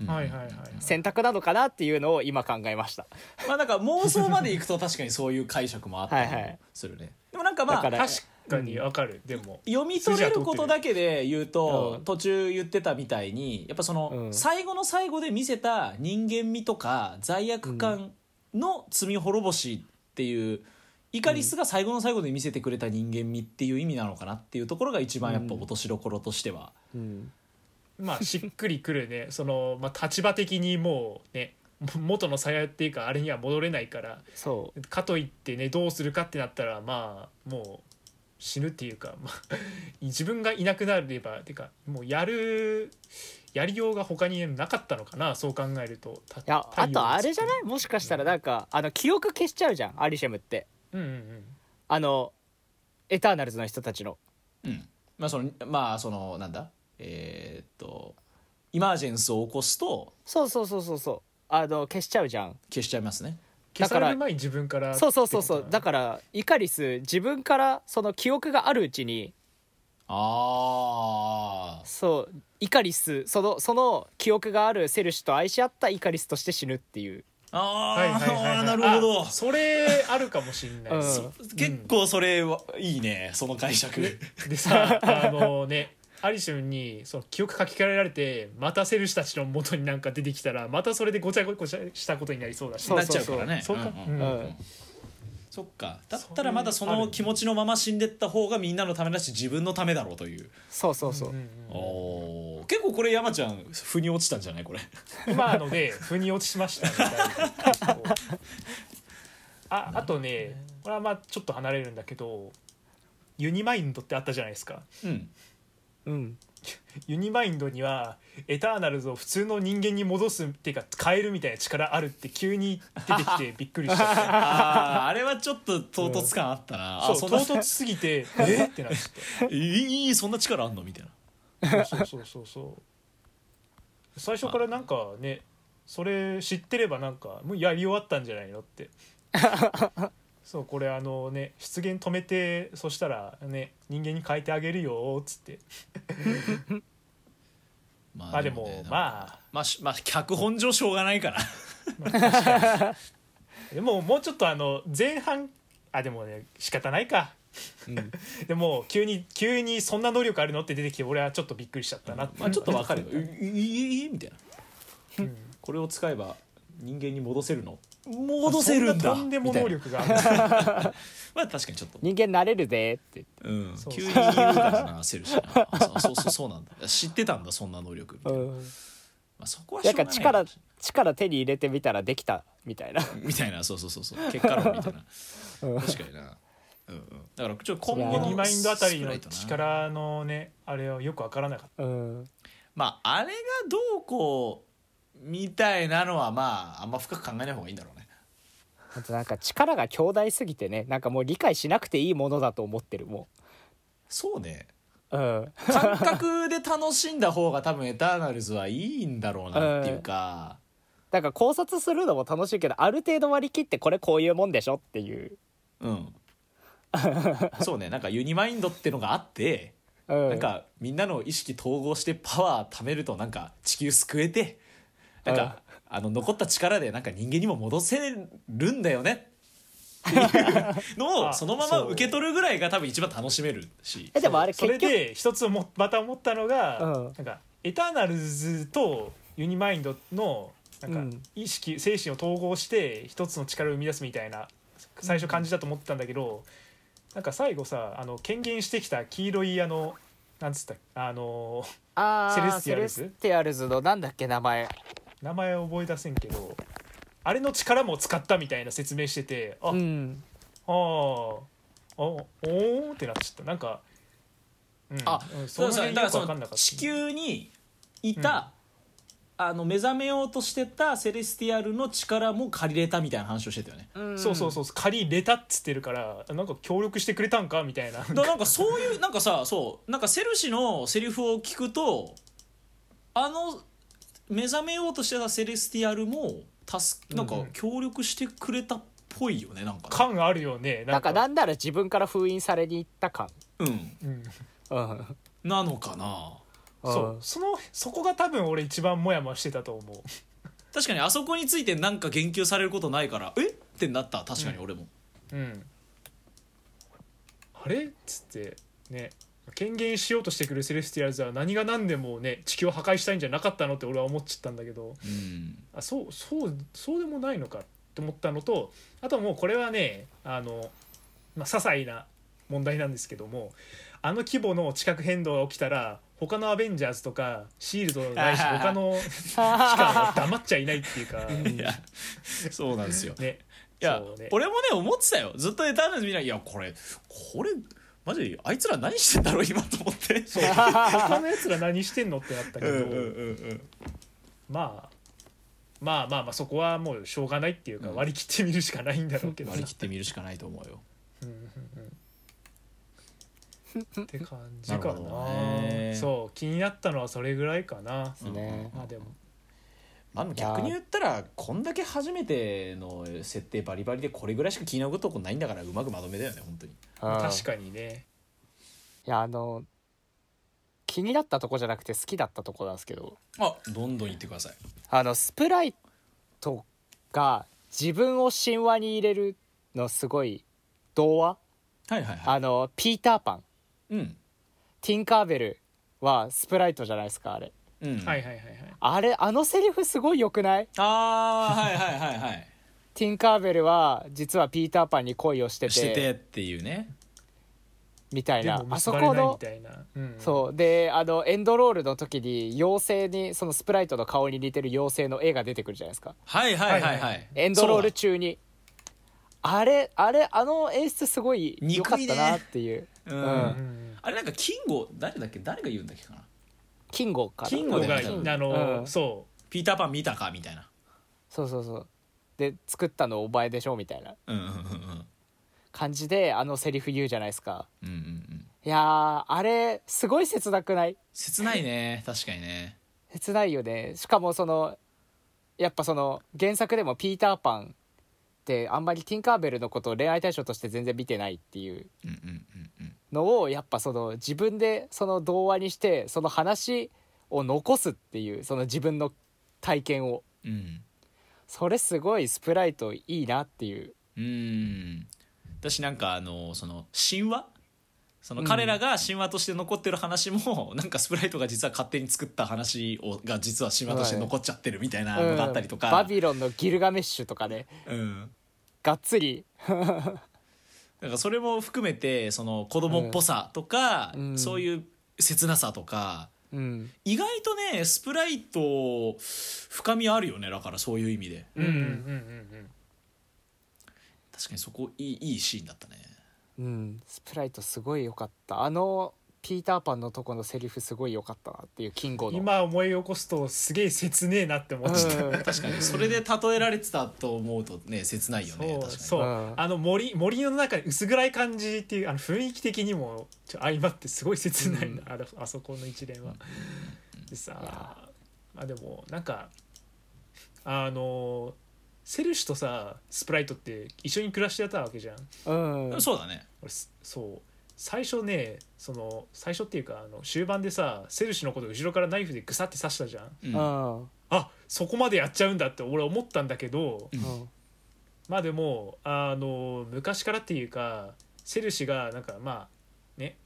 うん
はいはいはい
選択なのかなっていうのを今考えました
まあなんか妄想までいくと確かにそういう解釈もあったりもするねでもなんかま
だか
あ
ら
確かにわかる、でも
読み取れることだけで言うと、
うん
途中言ってたみたいにやっぱその、
うん
最後の最後で見せた人間味とか罪悪感の罪滅ぼしっていう、イカリスが最後の最後で見せてくれた人間味っていう意味なのかなっていうところが一番やっぱ落としどころとしては、
うん
まあしっくりくるねその、まあ、立場的にもうね元の鞘っていうかあれには戻れないから
そ
かといってねどうするかってなったらまあもう死ぬっていうか、まあ、 自分がいなくなればっていうかもうやるやりようが他になかったのかなそう考えるとた
ういや
太
あ
陽の
とあれじゃないもしかしたらなんかあの記憶消しちゃうじゃんアリシェムって
うんうんうん
あのエターナルズの人たちの
うんまあそのまあそのなんだえーっとイマージェンスを起こすと
そうそうそうそうそうあの消しちゃうじゃん
消しちゃいますね
消
だか
さ
ら
れる前に自分から
そうそうそうそうだ
か
からイカリス自分からその記憶があるうちに
ああ
そうイカリスそのその記憶があるセルシュと愛し合ったイカリスとして死ぬっていう
あ
はいはいはいはい
ーなるほど
あそれあるかもしんない、
うん
そ
結構それはいいねその解釈
でさあのねアリシュンにその記憶書き換えられてまたセルシュたちの元になんか出てきたらまたそれでごちゃごちゃしたことになりそうだし
そう
な
そ
っ
う
ちゃうからね
そうか
んん
うん
うん
そっかだったらまだその気持ちのまま死んでった方がみんなのためだし自分のためだろうという、
そうそうそう、
うんうん
おー結構これ山ちゃん腑に落ちたんじゃないこれ
うん今ので腑に落ちましたね だいぶああとねこれはまあちょっと離れるんだけどユニマインドってあったじゃないですか
うん
うん、
ユニマインドにはエターナルズを普通の人間に戻すっていうか変えるみたいな力あるって急に出てきてびっくりしちゃった
あーあれはちょっと唐突感あったな、 あ
そう
そん
唐
な
突すぎて「えっ?」ってなっち
えいいそんな力あんのみたいな
ゃったそうそうそうそう最初からなんかねそれ知ってればなんかもうやり終わったんじゃないのってそうこれあのね出現止めてそしたらね人間に変えてあげるよっつって
ま
まあでも
ね
ま
まあしまあ脚本上しょうがないから
あでももうちょっとあの前半あでもね仕方ないか
うん、
でも急に急にそんな能力あるのって出てきて俺はちょっとびっくりしちゃったなって、
まあちょっとわかるよいいいいいみたいな
うん
これを使えば人間に戻せるの戻せるんだ
そんなとんでも
みたい
能
な
力が ある
まあ確かにちょっと
人間なれるぜって
うん
そう
急に言うからなセルシーなあそうそうそうそうなんだ知ってたんだそんな能力みたいな、まあ、そこはしょ
な
うんが
か
ないか
力
もし
力手に入れてみたらできたみたいな
れないみたいなそうそうそうそう結果論みたいな確かになうんうんだからちょっと今後
そ
の
う
リマインドあたり
スプ
の
ライトな
力のねあれはよくわからなかっ
うん
まああれがどうこうみたいなのはまああんま深く考えない方がいいんだろうね
あとなんか力が強大すぎてねなんかもう理解しなくていいものだと思ってるも
そうね
う、うん、
感覚で楽しんだ方が多分エターナルズはいいんだろうなっていうか、
なんか考察するのも楽しいけどある程度割り切ってこれこういうもんでしょっていう、
うん、そうねなんかユニマインドってのがあって
うん、
なんかみんなの意識統合してパワー貯めるとなんか地球救えてなんかあの残った力でなんか人間にも戻せるんだよ ねっていうのを
あ
そのまま受け取るぐらいが多分一番楽しめるし
え
た
でもあれ
そ
結
れ
局
で一つもまた思ったのが、
うん
なんかエターナルズとユニマインドのなん
う
か
ん
意識、精神を統合して一つの力を生み出すみたいな最初感じだと思ってたんだけど、なんか最後さあの権限してきた黄色いあのなんつったあの
あー
セレスティアルズ
セレスティアルズのなんだっけ名前
名前を覚え出せんけどあれの力も使ったみたいな説明しててあ、
うん
ああおおーってなっちゃったなんか、うん、
あ
うんそ
そう
の
そう
辺
だからそ
よく分ん
の
なかった
地球にいた、あの目覚めようとしてたセレスティアルの力も借りれたみたいな話をしてたよね。
そうそうそう借りれたっつってるからなんか協力してくれたんかみたいな
だからなんかそういうなんかさそうなんかセルシのセリフを聞くとあの目覚めようとしてたセレスティアルも助けなんか
うんうん
協力してくれたっぽいよねなんかね
感あるよねな
なんん
か
かなんなら自分から封印されに行った感
うん
うん
うん
なのかな
そうそのそこが多分俺一番モヤモヤしてたと思う
確かにあそこについてなんか言及されることないからえってなった確かに俺も、
うんあれっつってね権限しようとしてくるセレスティアルズは何が何でもね地球を破壊したいんじゃなかったのって俺は思っちゃったんだけど
うん
あそうそうそうでもないのかって思ったのとあともうこれはねあの、まあ、些細な問題なんですけどもあの規模の地殻変動が起きたら他のアベンジャーズとかシールドないし他の機関は黙っちゃいないってい うか、
いやそうなんですよ
ね
いや、
そうね
俺もね思ってたよずっとエターナルズ見ないいやこれこれマジあいつら何してんだろう今と思って
そう 他のやつら何してんのってなった け
うん
ど、
うんうんうん
まあまあまあまあそこはもうしょうがないっていうか
うん
割り切ってみるしかないんだろうけど
割り切ってみるしかないと思うよ
うんうんうんって感じ
な
か
るほ
な
どね
そう気になったのはそれぐらいかな
ですね
まあでも
まあでも逆に言ったらこんだけ初めての設定バリバリでこれぐらいしか気になることないんだからうまくまとめだよね本当に
確かにね
いやあの気になったとこじゃなくて好きだったとこなんですけど
あどんどん言ってください
あのスプライトが自分を神話に入れるのすごい童話
はいはいはい
あのピーターパン
うん
ティンカーベルはスプライトじゃないですかあれ
うん
はいはいはいはい
あれあのセリフすごい良くない
あーはいはいはいはい
ティンカーベルは実はピーターパンに恋をしてて
しててっていうね
みたい
で
な
も
あ
結
そ
ばれ
こ
ないみ
の
たいなうん
そうであのエンドロールの時に妖精にそのスプライトの顔に似てる妖精の絵が出てくるじゃないですか
はいはいはい
はいは
はい
はい
エンドロール
そう
中にあれあれあの演出すごい良かったなっていう、
だ
う
うん
うんん
あれなんか金吾誰だっけ誰が言うんだっけかな
金吾かな
金
金
吾
吾
だよ
が
ね金吾
あ
う
の
ん
そ
ピーターパン見たかみたいな
そうそうそうで作ったのお前でしょみたいな
うんうんうんうん
感じであのセリフ言うじゃないですか
うんうんうん
いやーあれすごい切なくない
切ないね確かにね
切ないよねしかもそのやっぱその原作でもピーターパンってあんまりティンカーベルのことを恋愛対象として全然見てないっていう
うんうんうんうん
のをやっぱその自分でその童話にしてその話を残すっていうその自分の体験を
うん
それすごいスプライトいいなっていう
うーん私なんかあのその神話その彼らが神話として残ってる話も、 なんかスプライトが実は勝手に作った話をが実は神話として残っちゃってるみたいなのがあったりと
うん
か、
バビロンのギルガメッシュとかね
うん、
がっつり
なんかそれも含めてその子供っぽさとか、
うん
そういう切なさとか
うん
意外とねスプライト深みあるよねだからそういう意味で
ううんうんうん
確かにそこいいいいシーンだったね
うんスプライトすごい良かったあのピーターパンのとこのセリフすごい良かったなっていうキング
うん
の
今思い起こすとすげえ切ねえなって思っちゃった
うん
確かにそれで例えられてたと思うとね切ないよね確か
そう
に
そう、
うん
あの森森の中に薄暗い感じっていうあの雰囲気的にもちょ相まってすごい切ないな、あのあそこの一連は。で
いや
さあでもなんかあのセルシュとさスプライトって一緒に暮らしてたわけじゃん。
うん
そうだね
俺すそう最初ねその最初っていうかあの終盤でさセルシュのこと後ろからナイフでぐさって刺したじゃん。
うん
うん
あそこまでやっちゃうんだって俺思ったんだけど、
うん
うん
まあでもあの昔からっていうかセルシがなんかまあね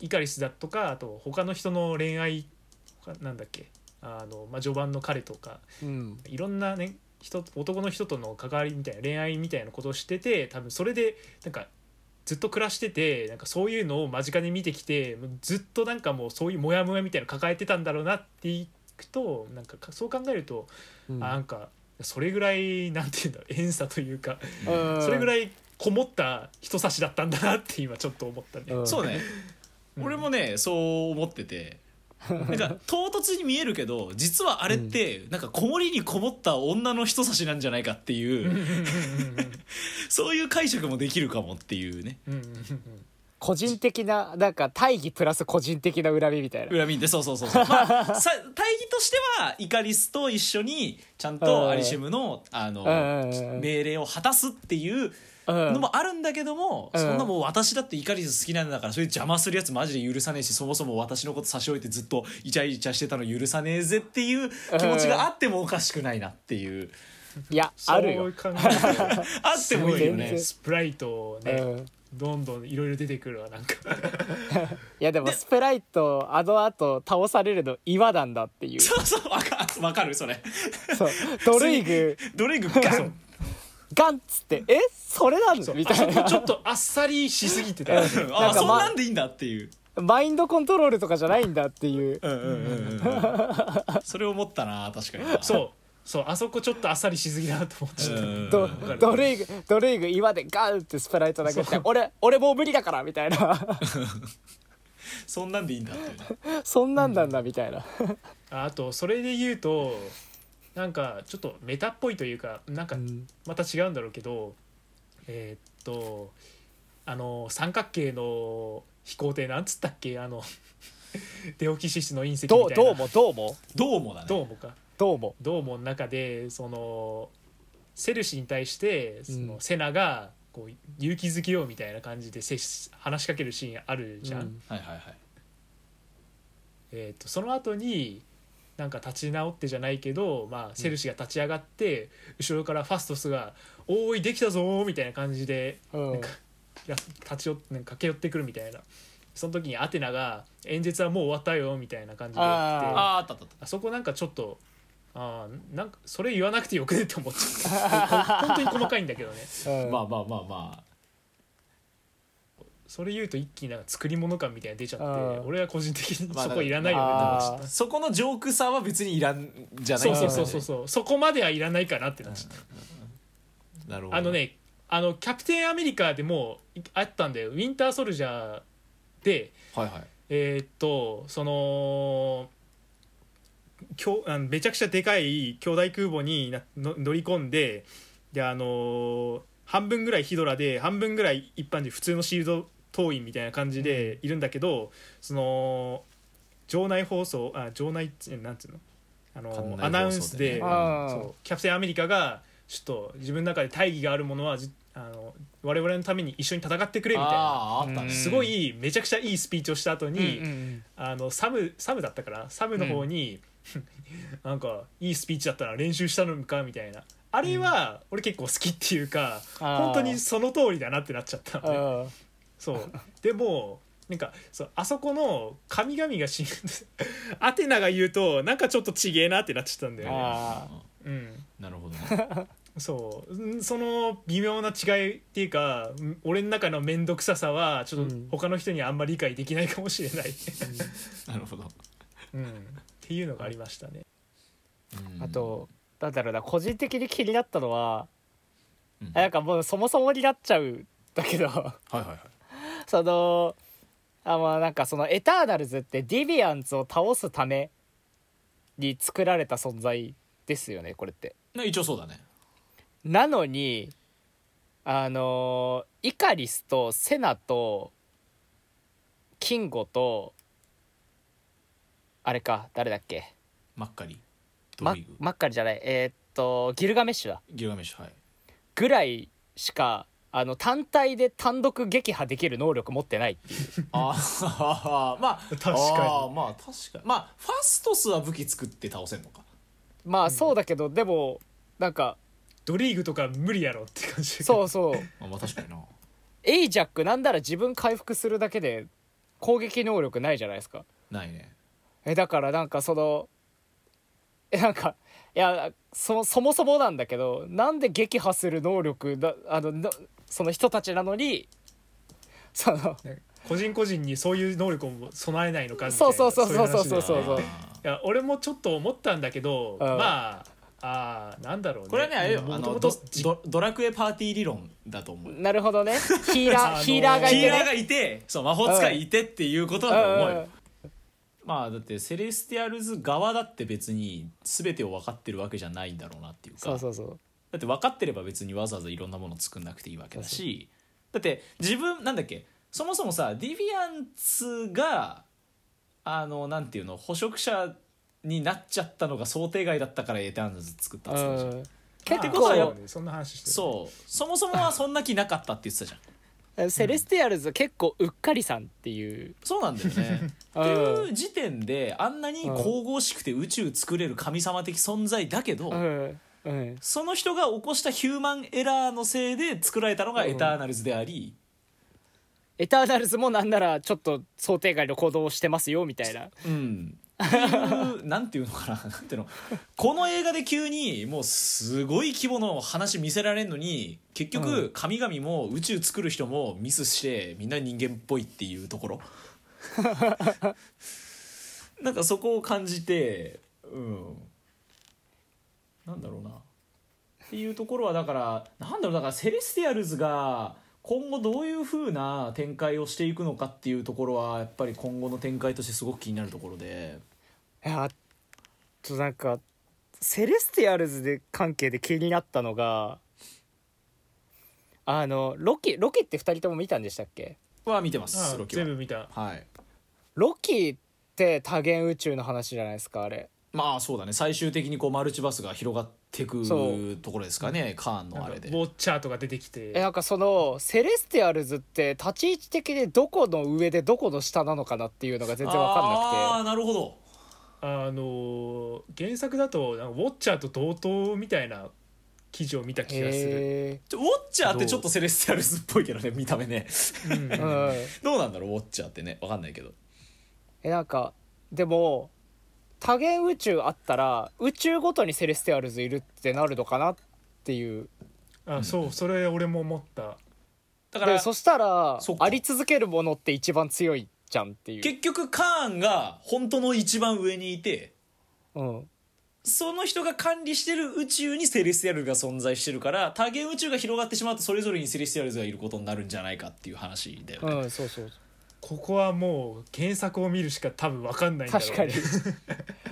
イカリスだとかあと他の人の恋愛他なんだっけあの、まあ、序盤の彼とか
うん
いろんなね人男の人との関わりみたいな恋愛みたいなことをしてて多分それでなんかずっと暮らしててなんかそういうのを間近で見てきてもうずっとなんかもうそういうモヤモヤみたいなの抱えてたんだろうなっていくとなんかかそう考えると、
うん
あなんかそれぐらいなんていうんだろう遠さというか
うん
それぐらいこもった人差しだったんだなって今ちょっと思ったね。
うん
そうね、
うん
俺もねそう思っててなんか唐突に見えるけど実はあれって、なんかこもりにこもった女の人差しなんじゃないかっていう、 そういう解釈もできるかもっていうね
うんうんうんうん
個人的ななんか大義プラス個人的な恨みみたいな
恨みでそうそうそうそう、まあ、さ大義としてはイカリスと一緒にちゃん
うん
とアリシムのあの、
うんうんうん
命令を果たすっていう
うん
のもあるんだけども、
うん
そんなもう私だってイカリス好きなんだからそういう邪魔するやつマジで許さねえしそもそも私のこと差し置いてずっとイチャイチャしてたの許さねえぜっていう気持ちがあってもおかしくないなっていう、
いやあるよ、
そう考えると
あってもいいよ
すごい全
ね
然
スプライト
う
ね、
ん、い
どんどんいろいろ出てくるわ なんか
やでもスプライトあのあと倒されるの岩なんだっていう
そうそうわかわかるそれ
そうドルイグ
ドレイグガン
ガンっつって「えそれなの?」み
あ
た
そ
い
こ
な
ちょっとあっさりしすぎてたよね
あ
なん
そ
か
ん
ま
なんでいいんだっていう
マインドコントロールとかじゃないんだっていう
うんうんうんうんうんそれ思ったな確か にな
そうそうあそこちょっとあっさりしすぎだなと思っちゃった、
うん
ドドレイグドレイグ岩でガンってスプライト投げて「俺俺もう無理だから」みたいな
そんなんでいいんだっていうね
そんなんなんだみたいな
ああとそれで言うとなんかちょっとメタっぽいというかなんかまた違うんだろうけど、えーっとあの三角形の飛行艇なんつったっけ あのデオキシスの隕石みたい
ど
な
うどうもどうも
どうもだね
どうもか
どうも
どうもの中でそのセルシに対してその、
うん
セナがこう勇気づけようみたいな感じで接し話しかけるシーンあるじゃん、
うん
はいはいはい
えー、とその後になんか立ち直ってじゃないけど、まあ、セルシが立ち上がって、後ろからファストスが「おーいできたぞー」みたいな感じで
うん
や立ち寄ってなんか駆け寄ってくるみたいなその時にアテナが「演説はもう終わったよ」みたいな感じで言って
あ
あ
ああったあったあっ
そこなんかちょっとあーなんかそれ言わなくてよくねって思っちゃったほん 本当に細かいんだけどね
た
うん
まあまあまあま
それ言うと一気になんか作り物感みたいなの出ちゃって
あー
俺は個人的に
まあ
そこいらないよねって思っちゃっ
あ
あ
た
そこのジョークさは別にいらんじゃない
そうそう
あー
そうそうそうそこまではいらないかなってなっちゃった
なるほど
あのねあのキャプテンアメリカでもいあったんだよウィンターソルジャーで
はいはい
えーっとその強あのめちゃくちゃでかい兄弟空母になの乗り込んでであのー半分ぐらいヒドラで半分ぐらい一般人普通のシールド党員みたいな感じでいるんだけど、その場内放送あ場内ってなんていうのあの
館内放送でね
ーアナウンスで、
あー
そうキャプテンアメリカがちょっと自分の中で大義があるものはじあの我々のために一緒に戦ってくれみたいな
あーあった
うん
ね
すごいいいめちゃくちゃいいスピーチをした後に、
うんうん
あのサムサムだったからサムの方に、 なんかいいスピーチだったら練習したのかみたいなあれは俺結構好きっていうか、
あー
本当にその通りだなってなっちゃったのね
うん
そうでもなんかそうあそこの神々が死ぬ アテナが言うとなんかちょっとちげえなってなっちゃったんだよね。
あー
うん
なる ほどね
そううんその微妙な違いっていうかうん俺の中の面倒くささはちょっと
うん
他の人にはあんまり理解できないかもしれない、
なるほど
うん、 っていうのがありましたね。
うん
あとなんだろうな個人的に気になったのは
うん
なんかもうそもそもになっちゃうんだけど
はいはいはい
そのあまあなんかそのエターナルズってディビアンツを倒すために作られた存在ですよねこれって。
な一応そうだね
なのにあのイカリスとセナとキンゴとあれか誰だっけ
マッカリド
マ
リーグ
マッカリじゃないえーっとギルガメッシュだ
ギルガメッシ ュはい
ぐらいしかあの単体で単独撃破できる能力持ってないっていう
あーまあ
確かに
あーまあ確かにまあファストスは武器作って倒せんのか
まあそうだけど、でもなんか
ドリーグとか無理やろって感じ
そうう そう
まあまあ確かにな
エイジャックなんなら自分回復するだけで攻撃能力ないじゃないですか
ないね
えだからなんかそのえなんかいやそそもそもなんだけどなんで撃破する能力だあのなその人たちなのにその
個人個人にそういう能力を備えないのかみたいな
そうそうそうそうそうそう
い話だよね
そうそう
あー
いや俺もちょっと思ったんだけど
うん
まああーなんだろうね
これはねあれよあ
もと
の
もと
ドドドラクエパーティー理論だと思う
なるほ どねヒーラー、
あのー
ヒーラーがい
ヒ
て
ーラー
ね
がいてそう魔法使いいてっていうことだと思う
うんう
よ
ん
まあだってセレスティアルズ側だって別に全てを分かってるわけじゃないんだろうなっていうか
そうそうそう
だって分かってれば別にわざわざいろんなもの作んなくていいわけだしだって自分なんだっけそもそもさディヴィアンツがあのなんていうの捕食者になっちゃったのが想定外だったからエターナルズ作ったっつってたじゃん
うん結
ことはや
構
っ
そんな話してる
そうそもそもはそんな気なかったって言ってたじゃん
セレスティアルズ結構うっかりさんっていう
そうなんだよね
うん
っていう時点であんなに神々しくて宇宙作れる神様的存在だけど、
うんうん
その人が起こしたヒューマンエラーのせいで作られたのがエターナルズであり、
エターナルズもなんならちょっと想定外の行動をしてますよみたいな
うん、いうなんていうのかな なんていうのこの映画で急にもうすごい規模の話見せられるのに結
う
局神々も宇宙作る人もミスしてみんな人間っぽいっていうところなんかそこを感じてうんなんだろうなっていうところはだからなんだろうだからセレスティアルズが今後どういうふうな展開をしていくのかっていうところはやっぱり今後の展開としてすごく気になるところで
いやちょっとなんかセレスティアルズで関係で気になったのがあのロキロキって2人とも見たんでしたっけ
は見てます
うん
ロキは
全部見た
はい
ロキって多元宇宙の話じゃないですかあれ
まあそうだね最終的にこうマルチバスが広がってく
そう
ところですかねカーン
なん
の
か
あ
ウ
れ
ォ
で
ッチャーとか出てきて
えなんかそのセレスティアルズって立ち位置的にどこの上でどこの下なのかなっていうのが全然わ
あ
かんなく
あなるほど
あのー原作だとなんかウォッチャーと同等みたいな記事を見た
て
気がする、
へ
ちょウォッチャーってちょっとセレスティアルズっぽいけどね見た目ね
うん
え、うん、
どうなんだろうウォッチャーってねわかんないけど
えなんかでも多元宇宙あったら宇宙ごとにセレスティアルズいるってなるのかなっていう
あそうそれ俺も思った
だか
で
ら
そしたら
そっか
あり続けるものって一番強いじゃんっていう、
結局カーンが本当の一番上にいて
うん、
その人が管理してる宇宙にセレスティアルが存在してるから多元宇宙が広がってしまうとそれぞれにセレスティアルズがいることになるんじゃないかっていう話だよね、
うん、そうそう
ここはもう原作を見るしか多分分かんないんだろう、
確
ね、
か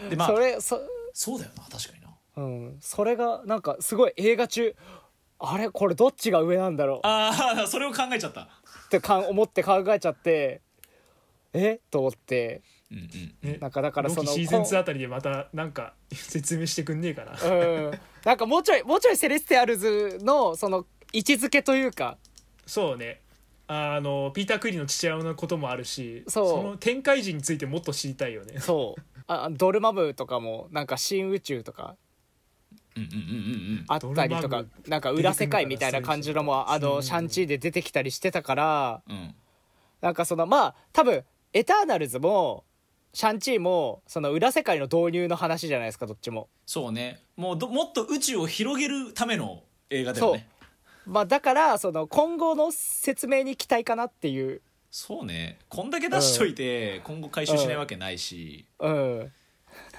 に、
でまあ
それそ,、
そうだよな確かにな
うん、それがなんかすごい映画中あれこれどっちが上なんだろう
ああそれを考えちゃった
ってかん思って考えちゃってえと思って
うんうん
ね
なんかだからその
ロキシーズン
こん
2あたりでまたなんか 説明してくんねえかな
うん、なんかもうちょいもうちょいセレスティアルズのその位置づけというか
そうねあのピーター・クイリーの父親のこともあるし
そう
の展開時についてもっと知りたいよ ね
そうあドルマムとかもなんか新宇宙とか
うんうんうん
あったりと
ド
か
ルマム
なんか裏世界みたいな感じのもあのシャンチーで出てきたりしてたから
うんうん
なんかそのまあ多分エターナルズもシャンチーもその裏世界の導入の話じゃないですかどっちも。
そうねもうどもっと宇宙を広げるための映画だよね
まあ、だからその今後の説明に期待かなっていう、
そうねこんだけ出しといて今後回収しないわけないし
うん、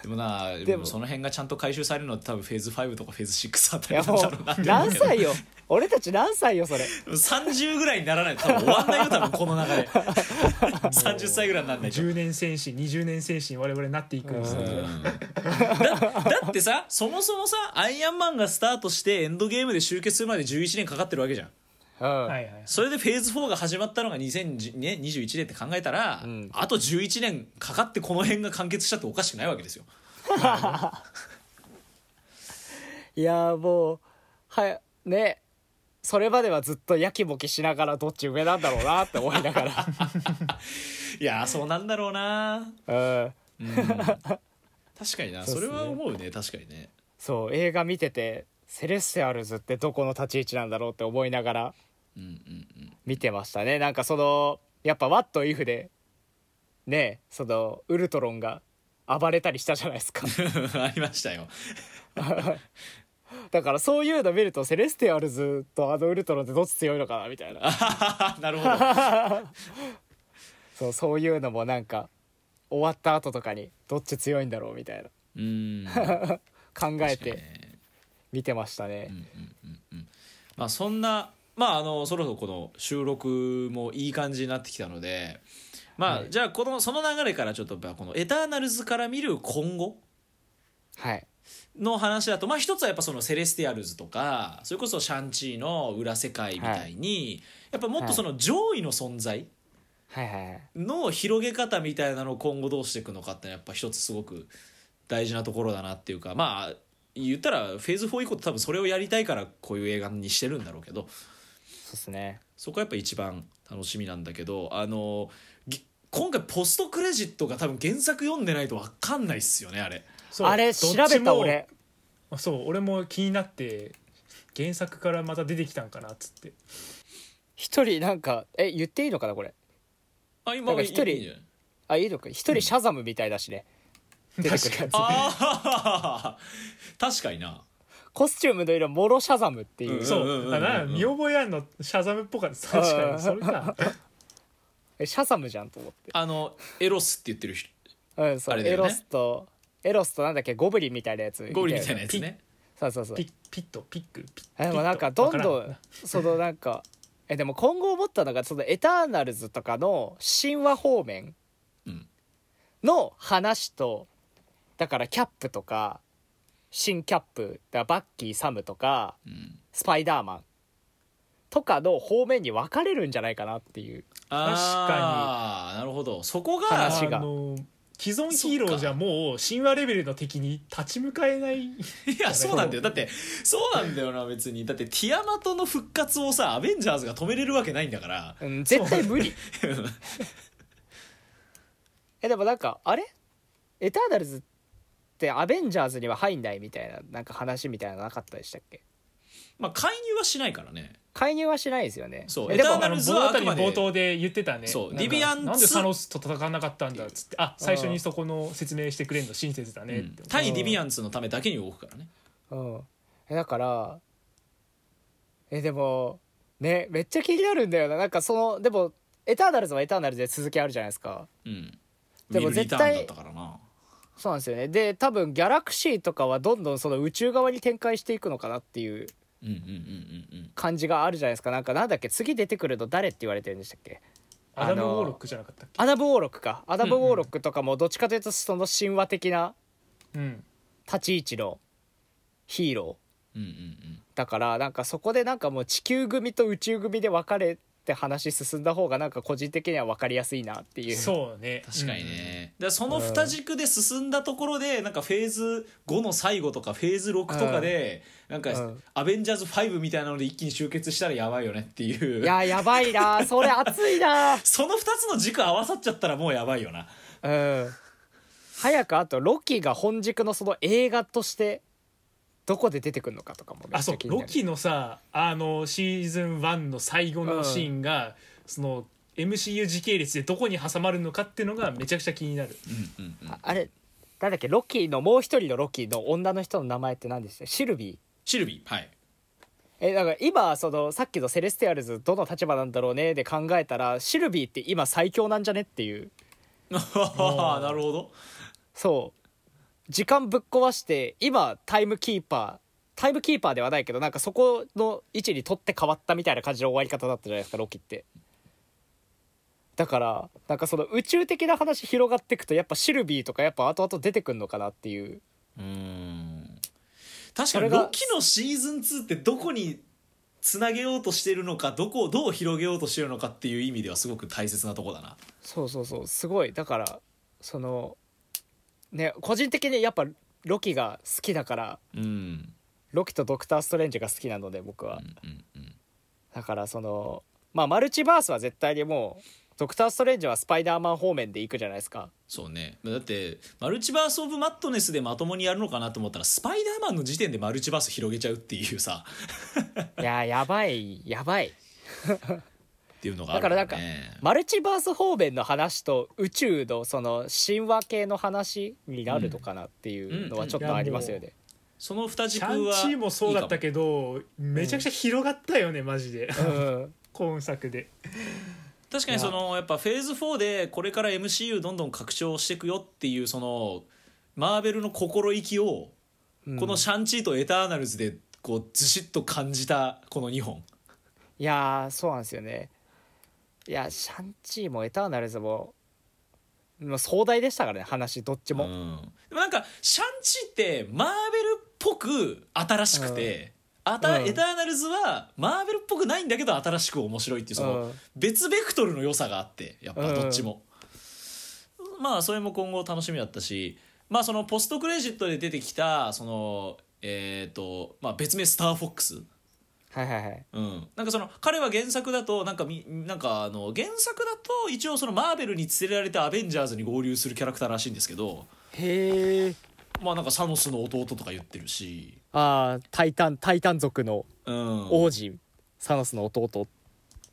でもな
も
でもその辺がちゃんと回収されるのって多分フェーズ5とかフェーズ6あ
い
た
や
りなんだ ろうなって思う
もう何
けど
歳よ俺たち何歳よそれ
30ぐらいにならないと多分終わんないよ多分この流れ 30歳ぐらいにならないと。うん
10年戦士20年戦士に我々なっていくんですよ
うん
だだってさそもそもさアイアンマンがスタートしてエンドゲームで集結するまで11年かかってるわけじゃん
うん、
はいはい
それでフェーズ4が始まったのが2021年って考えたら、
うん
あと11年かかってこの辺が完結したっておかしくないわけですよ
いやーもうはいねそれまではずっとやきもきしながらどっち上なんだろうなって思いなが
いやーそうなんだろうな、
ら、うん、
うん、確かになそ,、
そうっ
れ
すね
は思うね確かにね
そう映画見ててセレスティアルズってどこの立ち位置なんだろうって思いながら
うんうんうん
見てましたねなんかそのやっぱ「What if」でねそのウルトロンが暴れたりしたじゃないで す か
ありましたよ
だからそういうの見るとセレスティアルズとあのウルトロンってどっち強いのかなみたいな
あなるほど
そうそういうのもなんか終わった後とかにどっち強いんだろうみたいな
うん
考え
確かに
て
ね
見てましたね
うんうんうんうんまあそんなまああのそろそろこの収録もいい感じになってきたのでまあ、
はい
じゃあこのその流れからちょっとやっぱこの「エターナルズ」から見る今後
はい
の話だとまあ一つはやっぱそのセレスティアルズとかそれこそシャンチーの裏世界みたいに、やっぱもっとその上位の存在
はいはいはい
の広げ方みたいなのを今後どうしていくのかってやっぱ一つすごく大事なところだなっていうかまあ言ったらフェーズ4以降って多分それをやりたいからこういう映画にしてるんだろうけど
そうですね
そこはやっぱ一番楽しみなんだけどあのぎ今回ポストクレジットが多分原作読んでないと分かんないっすよねあれ
そう
あれ
どっ
調
ちも
べた俺
そう俺も気になって原作からまた出てきたんかなっつって
一人なんかえ言っていいのかなこれ
あ今
なんか一人
いいんじゃない
あいいのか一人シャザムみたいだしね、出てくるやつ
ああ確かにな
コスチュームの色モロシャザムっていう、
うん
そう,、あな
うん
見覚えあんのシャザムっぽかった確か
うん
にそれ か
えシャザムじゃんと思って、
あのエロスって言ってる人
うん、そ
あ
う
れだ
エ
よね
ロスとエロスとなんだっけゴブリンみたいなやつ
ゴールみたいなやつね
そうそうそう
ピッピッとピックピッ
えでもなんかどんど
わから
んそのなんかえでも今後思ったのがそのエターナルズとかの神話方面
うん
の話とだからキャップとか新キャップだからバッキーサムとか
うん
スパイダーマンとかの方面に分かれるんじゃないかなっていう
あーなるほどそこが
話
あ
が
の既存ヒーローじゃもう神話レベルの敵に立ち向かえない
いやそうなんだよだってそうなんだよな別にだってティアマトの復活をさアベンジャーズが止めれるわけないんだから
うん絶対無理えでもなんかあれエターナルズってアベンジャーズには入んないみたいななんか話みたいなのなかったでしたっけ
まあ介入はしないからね
介入はしないですよね
そう
えで
エター
も
ナ
あ
ル
の
ズはあ
物語
くま
の
で
冒頭で言ってたね
そう
なんか
リビアン
なんで
ツー
サノスと戦わなかったんだっつってあ最初にそこの説明してくれるの親切だねっ
うん
て、
対ディビアンツのためだけに動くからね
うんえだからえでもねめっちゃ気になるんだよななんかそのでもエターナルズはエターナルズで続きあるじゃないですか
うん
でも
ミルリ
絶
タ
対
ーンだったからな
そうなんですよねで多分ギャラクシーとかはどんどんその宇宙側に展開していくのかなっていう
うんうんうんうんうん
感じがあるじゃないですかなんかなんだっけ次出てくるの誰って言われてるんでしたっけ
アダム・ウ
あの
ォーロックじゃなかったっ
アダム・ウォーロックかアダム・ウ
うんうん
ォーロックとかもどっちかというとその神話的な
けうん
立ち位置のヒーロ
うんうん
ーだからなんかそこでなんかもう地球組と宇宙組で分かれて話進んだ方がなんか個人的には分かりやすいなっていう
そうね
確かにね、でその二軸で進んだところでなんかフェーズ5の最後とかフェーズ6とかでなんか
うん
「アベンジャーズ5」みたいなので一気に集結したらやばいよねっていう
いややばいなそれ熱いな
その2つの軸合わさっちゃったらもうやばいよな
うん早くあとロキが本軸のその映画としてどこで出てくるのかとかもめ
あ
っち
そ
ゃ
う
気にな
ロ
る
キのさあのシーズン1の最後のシーンが、その MCU 時系列でどこに挟まるのかっていうのがめちゃくちゃ気になる
うんうんうん
ああれなんだっけロキのもう一人のロキの女の人の名前って何でしたシルビー
シルビーはい
えだから今そのさっきのセレスティアルズどの立場なんだろうねで考えたらシルビーって今最強なんじゃねっていう
あー なるほど
そう時間ぶっ壊して今タイムキーパータイムキーパーではないけどなんかそこの位置に取って変わったみたいな感じの終わり方だったじゃないですかロキってだからなんかその宇宙的な話広がってくとやっぱシルビーとかやっぱ後々出てくんのかなっていう
うーん確か
そ
に
れが
ロキのシーズン2ってどこにつなげようとしてるのかどこをどう広げようとしてるのかっていう意味ではすごく大切なとこだな
そうそうそうすごいだからそのね個人的にやっぱロキが好きだから
うんうん
ロキとドクター・ストレンジが好きなので僕は
うんうん
だからそのまあマルチバースは絶対にもうドクター・ストレンジはスパイダーマン方面で行くじゃないですか
そうねだってマルチバース・オブ・マットネスでまともにやるのかなと思ったらスパイダーマンの時点でマルチバース広げちゃうっていうさ
いやーやばいやばい
っていうのがある
だからマルチバース方面の話と宇宙のその神話系の話になるのかなっていうのはちょっとありますよね、
その二
シ
軸は
ャンチーもそうだった
ど
けどめちゃくちゃ広がったよねマジで
うん
今作で
確かにそのやっぱフェーズ4でこれから MCU どんどん拡張していくよっていうそのマーベルの心意気を
うん
この「シャンチー」と「エターナルズ」でこうずしっと感じたこの2本
いやーそうなんですよねいやシャンチーもエターナルズももう壮大でしたからね話どっち
う
も、
んでもなんか「シャンチー」ってマーベルっぽく新しくて、あた
うん
エターナルズはマーベルっぽくないんだけど新しく面白いっていうその、
うん
別ベクトルの良さがあってやっぱどっちも、まあそれも今後楽しみだったしまあそのポストクレジットで出てきたそのえっ、とまあ別名スター・フォックス
はいはいはい
うん、なんかその彼は原作だとなんかみなんかあの原作だと一応そのマーベルに連れられてアベンジャーズに合流するキャラクターらしいんですけど
へえ
まあなんかサノスの弟とか言ってるし、
ああタイタンタイタン族の
うん、
王子、サノスの弟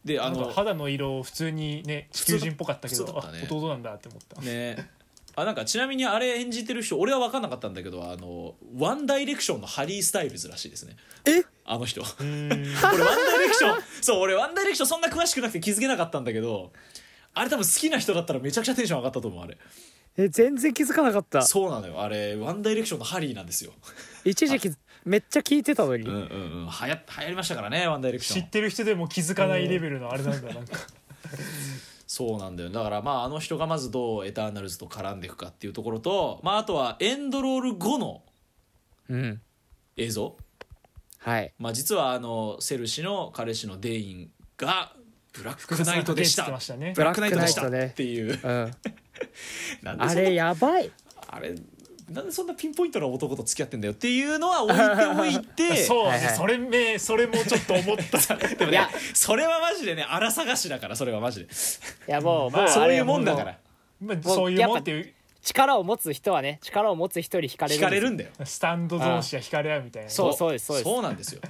であ
なん
の
か肌の色普通にね地球人っぽかったけ
普
ど
通だったね
あ弟なんだって思った
ねあなんかちなみにあれ演じてる人俺は分かんなかったんだけどあのワンダイレクションのハリー・スタイルズらしいですね
え
あの人俺
うーん
ワンダイレクションそう俺ワンダイレクションそんな詳しくなくて気づけなかったんだけどあれ多分好きな人だったらめちゃくちゃテンション上がったと思うあれ
え全然気づかなかった
そうなのよあれワンダイレクションのハリーなんですよ
一時期めっちゃ聞いてたのに、
うんうんうんはや流行りましたからねワンダイレクシ
知
ョ
っ
ン
てる人でも気づかないレベルのあれなんだなんか
そうなんだよだからまああの人がまずどうエターナルズと絡んでいくかっていうところとまああとはエンドロール後の
うん
映像
はい
まあ、実はあのセル氏の彼氏のデインがブラックナイトで した
複雑なこと言ってましたね
ブラックナイトでした
ブラックナイトね
っていう
うん、
なんで
あ
そんな
れやばい
あれなんでそんなピンポイントな男と付き合ってんだよっていうのは置いて おいて
そうね、
はいはい
それめそれもちょっと思った
でも
い
ね
や
それはマジでね荒探しだからそれはマジで
いやもう、
まあ
もう
そういうも
あ
ん
れは
だ
もう
から
まあ
もう
そういうもんっていう
力を持つ人はね力を持つ人に惹かれる
惹かれる
んで
んだよ
スタンド同士が惹かれ合うみたいなね
あそうですそうです
そうなん ですよ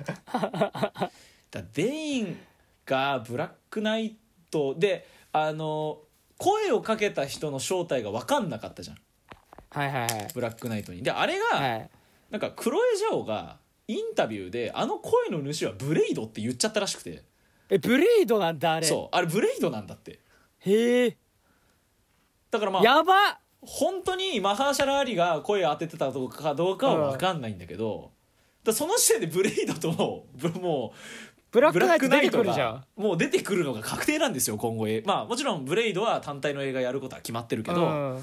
だデインがブラックナイトであの声をかけた人の正体が分かんなかったじゃん
すはいはいはい
ブラックナイトにであれが、
はい
なんかクロエ・ジャオがインタビューであの声の主はブレイドって言っちゃったらしくて
えブレイドなんだあれ
そうあれブレイドなんだって
へえ
だからまあ
やば
本当にマハーシャラ・アリが声を当ててたとかどうかは分かんないんだけど、だからその時点でブレイドとも うぶも
ブラ
う
ッ
ブラ
クナ
ッ
イ
ク
ト出
ナ
て
イ
く
ト
るじゃん
がもう出てくるのが確定なんですよ今後えまあもちろんブレイドは単体の映画やることは決まってるけど、
うん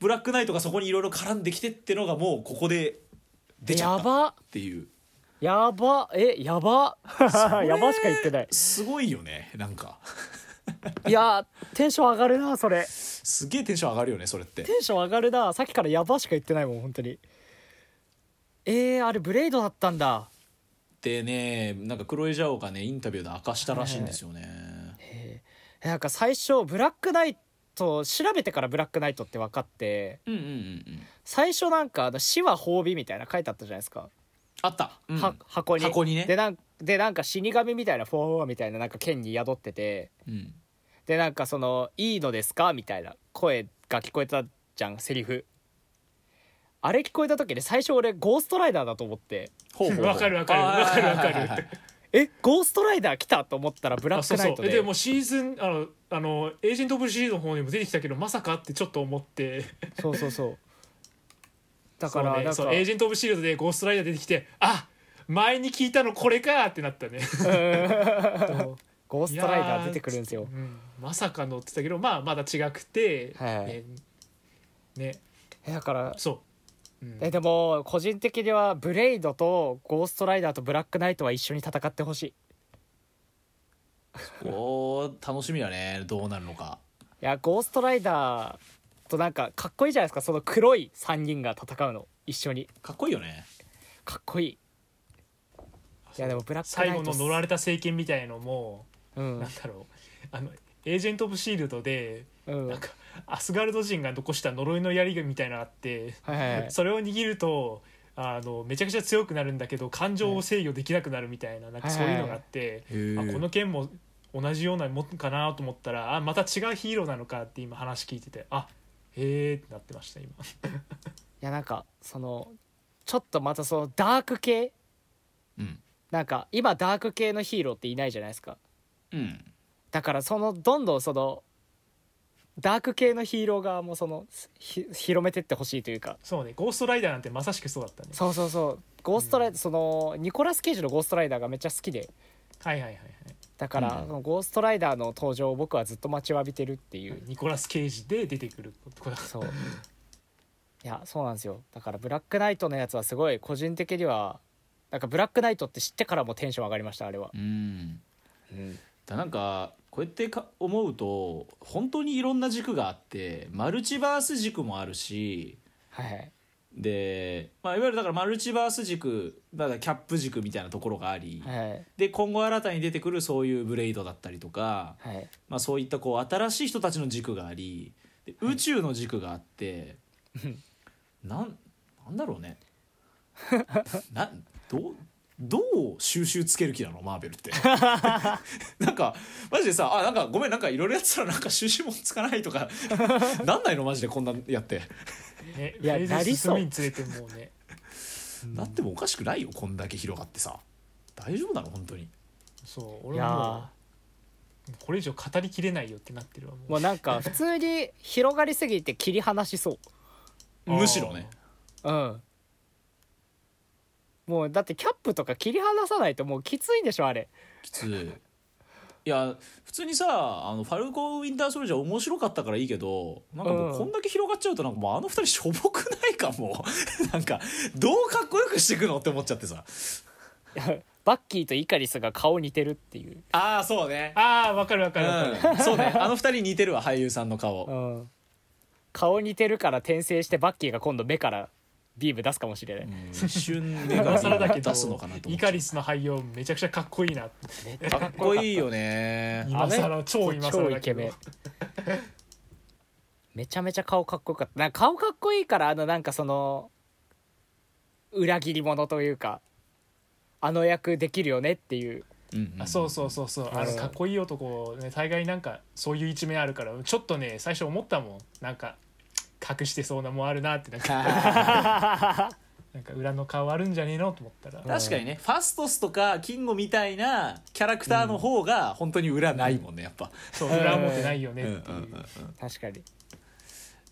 ブラックナイトがそこにいろいろ絡んできてってのがもうここで出ちゃ
や
ったっ
ば
ていう
やばえやば やばしか言って ない
すごいよねなんか
いやテンション上がるなそれ
すげえテンション上がるよねそれって
テンション上がるなさっきからやばしか言ってないもん本当にえー、あれブレイドだったんだ
でねなんかクロエ・ジャオがねインタビューで明かしたらしいんですよね、
えなんか最初ブラックナイト調べてからブラックナイトって分かって
うんうんうんうん
最初なんかあの死は褒美みたいな書いてあったじゃないですか、
あった、うん
は箱に
箱にね
でなんでなんか死神みたいなフォーフォーみたいななんか剣に宿ってて
うん
でなんかその「いいのですか?」みたいな声が聞こえたじゃんセリフあれ聞こえた時に最初俺ゴーストライダーだと思って
ほうほうほう
わかるわかる
あー
わかるわかる
はいはいはい
えゴーストライダー来たと思ったらブラ
あ
ッ
そ
ク
う
ナ
そ
イ
う
ト
え
で
でもシーズンあのあのエージェント・オブ・シーズンの方にも出てきたけどまさかってちょっと思って
そうそうそうだか
そ
ら
う
なん
ね
か
そうエージェント・オブ・シールドでゴーストライダー出てきてあ 前に聞いたのこれかってなったね
うんゴーストライダー出てくるんですよ
うんまさかのって言ったけどまあまだ違くて、
はい
ねね
えだから
そう、うん
えでも個人的にはブレイドとゴーストライダーとブラックナイトは一緒に戦ってほしいい
おー楽しみだねどうなるのか
やゴーストライダーとなんかかっこいいじゃないですかその黒い3人が戦うの一緒に
かっこいいよね
かっこいいいやでもブラックナイ
最
ト
後の乗られた政権みたいのも、
うん
なんだろうあのエージェント・オブ・シールドで
うん
なんかアスガルド人が残した呪いの槍みたいなのあって、
はいはい
それを握るとあのめちゃくちゃ強くなるんだけど感情を制御できなくなるみたいな,、なんかそういうのがあって、
はいはいへー
あこの剣も同じようなもんかなと思ったらあまた違うヒーローなのかって今話聞いててあへえってなってました今。
いやなんかそのちょっとまたそのダーク系
うん
なんか今ダーク系のヒーローっていないじゃないですか
うん
だからそのどんどんそのダーク系のヒーロー側もそのひ広めてってほしいというか
そうねゴーストライダーなんてまさしくそうだったね。
そうそうそうゴーストライダー、そのニコラス・ケイジのゴーストライダーがめっちゃ好きで
はいはいはいはい。
だから、
うん
そのゴーストライダーの登場を僕はずっと待ちわびてるっていう
ニコラス・ケイジで出てくることだ
そういやそうなんですよだからブラックナイトのやつはすごい個人的にはなんかブラックナイトって知ってからもテンション上がりましたあれは、
うんだなんかこうやってか思うと本当にいろんな軸があってマルチバース軸もあるし
はいはい
で、まあ、いわゆるだからマルチバース軸だからキャップ軸みたいなところがあり、
はい
で今後新たに出てくるそういうブレイドだったりとか、
はい
まあ、そういったこう新しい人たちの軸がありで宇宙の軸があって、なんなんだろうねなどうどう収集つける気なのマーベルってなんかマジでさあなんかごめんなんかいろいろやってたらなんか収集もつかないとかなんないのマジでこんなんやって
ね、
いや
フェーズ
なり
進
そう
むにつれてもうね
なってもおかしくないよこんだけ広がってさ大丈夫なの本当に
そう
い
俺
や
は
ー
もうこれ以上語りきれないよってなってるわも
もうなんか普通に広がりすぎて切り離しそう
あー
むしろね
うんもうだってキャップとか切り離さないともうきついんでしょあれ
きついいや普通にさあのファルコン・ウィンター・ソルジャー面白かったからいいけどなんかもううんこんだけ広がっちゃうとなんかもうあの二人しょぼくないかも うなんかどうかっこよくしていくのって思っちゃってさ
いやバッキーとイカリスが顔似てるっていう、
ああそうね
ああわかるわかるわかる、
うん、そうねあの二人似てるわ俳優さんの顔
うん、顔似てるから転生してバッキーが今度目からビーム出すかもしれない、
うん一瞬目
今
が
更だけど
出すのかなと思
イ
っちゃ
カ
う
リスの俳優めちゃくちゃかっこいいなって
かっこいいよね
今更超今更
超
だ
イ
け
ケ
ど
メンめちゃめちゃ顔かっこよかったなんか顔かっこいいからあのなんかその裏切り者というかあの役できるよねっていう
うんん
あそうそうそうそうあの
うん
かっこいい男、ね、大概なんかそういう一面あるからちょっとね最初思ったもんなんか隠してそうなもんあるなってなん かなんか裏の顔あるんじゃねえのと思ったら、
確かにねファストスとかキングみたいなキャラクターの方が本当に裏ないもんねやっぱ、
そう裏表ないよねっていう,、
確かに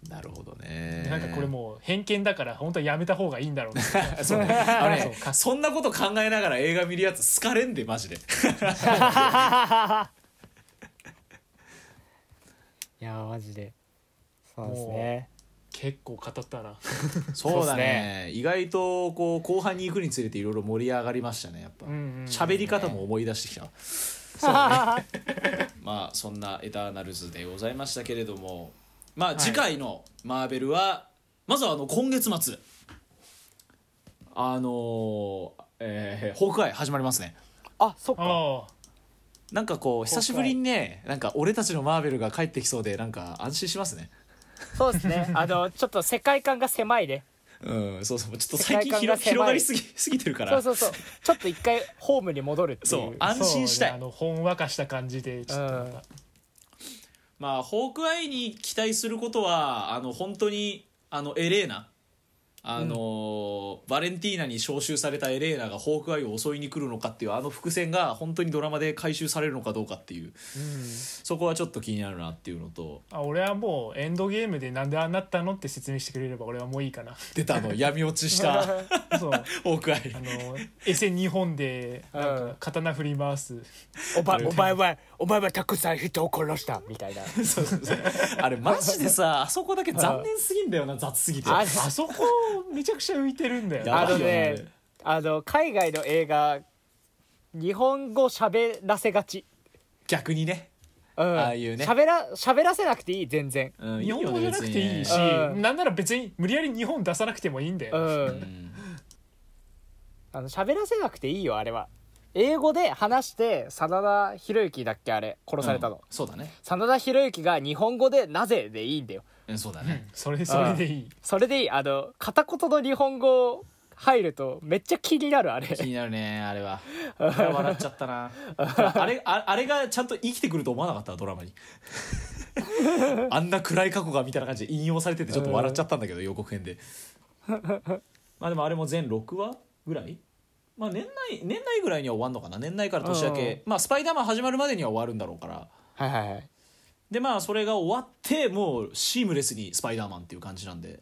なるほどね
なんかこれもう偏見だから本当はやめた方がいいんだろうな
そうねあれ
そうか
そんなこと考えながら映画見るやつ好かれんでマジで
いやーマジでそうですね
結構語った な
そうだ
そうっす
ね意外とこう後半に行くにつれていろいろ盛り上がりましたねやっぱ
うんうん
喋り方も思い出してきた、 まあそんな「エターナルズ」でございましたけれどもまあ
い
次回の「マーベルは」まずはあの今月末あのーえー、ホークアイ始まりますね
あそっか
あ
なんかこう久しぶりにねなんか俺たちのマーベルが帰ってきそうでなんか安心しますね
そうですねあのちょっと世界観が狭いね
うんそうそうちょっと最近
世界観が
広
狭い
広がりすぎ すぎてるから
そうそうそうちょっと一回ホームに戻るっていう
そう
あ
安心したい、
そうねあのほんわかした感じでちょっとなんか
まあホークアイに期待することはあの本当にあのエレーナあのーバレンティーナに招集されたエレーナがホークアイを襲いに来るのかっていうあの伏線が本当にドラマで回収されるのかどうかっていう
うん
そこはちょっと気になるなっていうのと
あ俺はもうエンドゲームでなんでああなったのって説明してくれれば俺はもういいかな
出たの闇落ち した
そうあ
ホークアイ
のエセ日本でなん
うん
か刀振り回す
おばお前はお前はたくさん人を殺したみたいな
そうそうそうあれマジでさあそこだけ残念すぎんだよな雑すぎて
あ
あそこめちゃくちゃ浮いてるんだよ
やばよ
ない
あの
ね
ねあの海外の映画日本語喋らせがち
逆にね
うん
ああいうね
喋ら喋らせなくていい全然
うん
日本語じゃなくていいし、
いいよね別にね
なんなら別に無理やり日本出さなくてもいいんだ
う
よ、
別
ん、
にねうん
あの喋らせなくていいよあれは英語で話して真田広之だっけあれ殺されたの、
うんそうだね
真田広之が日本語で「なぜ?」でいいんだよ
うんそうだ
う
ね
んそれそれでいい
それでいいあの片言の日本語入るとめっちゃ気になるあれ
気になるねあれはあれは笑っちゃったなあれああれがちゃんと生きてくると思わなかったドラマにあんな暗い過去がみたいな感じで引用されててちょっと笑っちゃったんだけど予告編でまあでもあれも全6話ぐらいまあ年内年内ぐらいには終わるのかな年内から年明けまあスパイダーマン始まるまでには終わるんだろうから
はいはいはい
でまあそれが終わってもうシームレスにスパイダーマンっていう感じなんで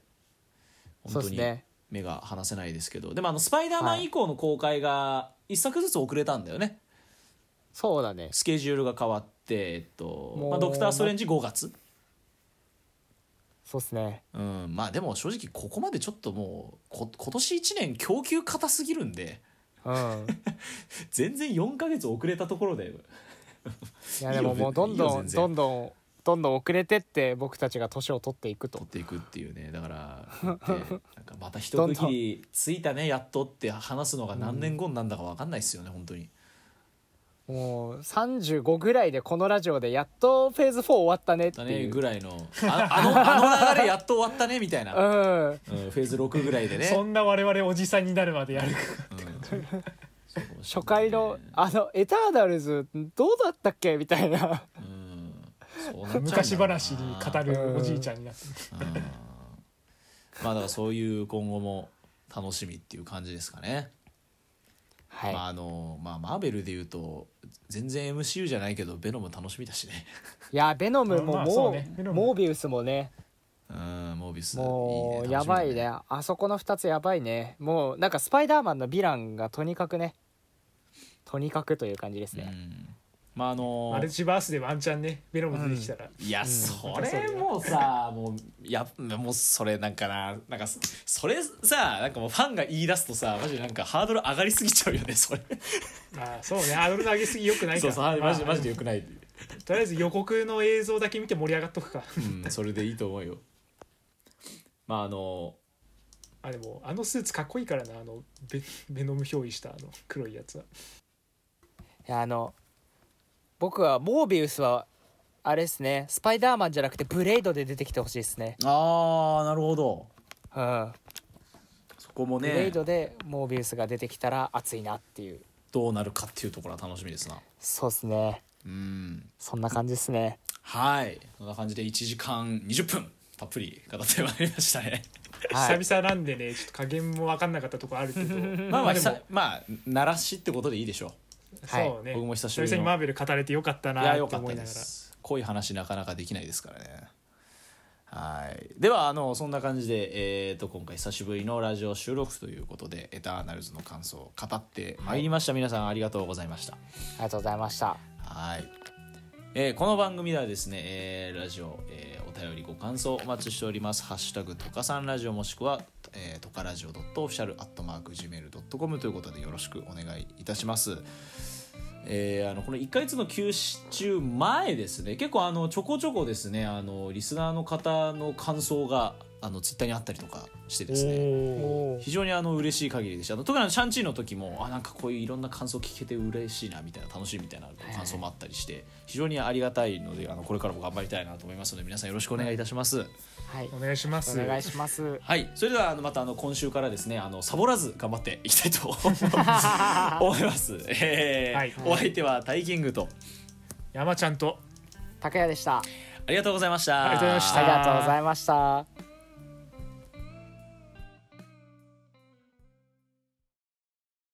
そ
本当
うです
に
ね
目が離せないですけどでもあのスパイダーマ
は
ン
い
以降の公開が1作ずつ遅れたんだよね
そうだね
スケジュールが変わってえっと
もう
まあ、ドクター・ストレンジ5月
そうっすね
うんまあでも正直ここまでちょっともうこ今年1年供給硬すぎるんで
うん
全然4ヶ月遅れたところで
いやでももうどん
いいよ
どん
全然
どんどんどんどん遅れてって僕たちが年を取っていく
取
と
っていくっていうねだからでなんかまた一区切りついたねやっとって話すのが何年後になんだか分かんないですよね本当に。
もう35ぐらいでこのラジオでやっとフェーズ4終わったねって
だ
い
ね
う
ぐらいの ああのあの流れやっと終わったねみたいな、うん
うん
フェーズ6ぐらいでね
そんな我々おじさんになるまでやるか
うんそうかもしれ
初
ないね
回のあのエターナルズどうだったっけみたいな
うんそうなっちゃうんだろうな
昔話に語るおじいちゃんになって
うんまあだからそういう今後も楽しみっていう感じですかね。
はい、
まああのまあマーベルで言うと全然 MCU じゃないけどベノム楽しみだしね。
いやベノムも、
まあそ
も
う
う
ねベノム
モービウスもね
うんモービウス
もう
いいね
や
楽しみだ
ばいねあそこの2つやばいねもうなんかスパイダーマンのヴィランがとにかくねとにかくという感じです
う
ね、
んまああの
マルチバースでワンチャンねベノム出てきたら、
いや、それもうさもうやもうそれなんかななんかそそれさなんかもうファンが言い出すとさマジでなんかハードル上がりすぎちゃうよねそれ
ああそうねアドルの上げすぎよくない
そ
か
うそう
ら
マジ
まあ
マジでよくない、
とりあえず予告の映像だけ見て盛り上がっとくか
うん、それでいいと思うよまああの
あでもあのスーツかっこいいからなあのベベノム憑依したあの黒いやつはい
やあの僕はモービウスはあれですねスパイダーマンじゃなくてブレイドで出てきてほしいですね
ああなるほど
うん
そこも
ブレイ
ね
ドでモービウスが出てきたら熱いなっていう
どうなるかっていうところは楽しみですな
そうですね
うん
そんな感じですね
はいそんな感じで1時間20分たっぷり語ってまいりましたね
はい
久々なんでねちょっと加減も分かんなかったとこあるけど
まあまあ
で
久
も
々まあ慣らしってことでいいでしょう
はい
そうね、
僕も久しぶ
久
りの
々にマーベル語れてよかった
いや
な
良
って
かっ
思
た
いな
で
がら
す濃い話なかなかできないですからねはいではあのそんな感じで、えー、と今回久しぶりのラジオ収録ということで「エターナルズ」の感想を語ってまいりました、皆さんありがとうございました
ありがとうございました
はい、えーこの番組ではですね、えーラジオ、えーお便りご感想お待ちしております「ハッシュタグとかさんラジオ」もしくは「えー、とかラジオ .official.gmail.com」ということでよろしくお願いいたしますえーあのこの1ヶ月の休止中前ですね結構あのちょこちょこですねあのリスナーの方の感想があのツイッターにあったりとかしてですね
おー
非常にあの嬉しい限りでしたあの特にあのシャンチーの時もあなんかこういういろんな感想聞けて嬉しいなみたいな楽しいみたいな感想もあったりして非常にありがたいのであのこれからも頑張りたいなと思いますので皆さんよろしくお願いいたします。
はい
お願いします
お願いします
はい、それではあのまたあの今週からですねあのサボらず頑張っていきたいと 思います。えー
はい
お相手はタイキングと
山ちゃんと
高谷でした
ありがとうございました。
ありがとうございました
ありがとうございました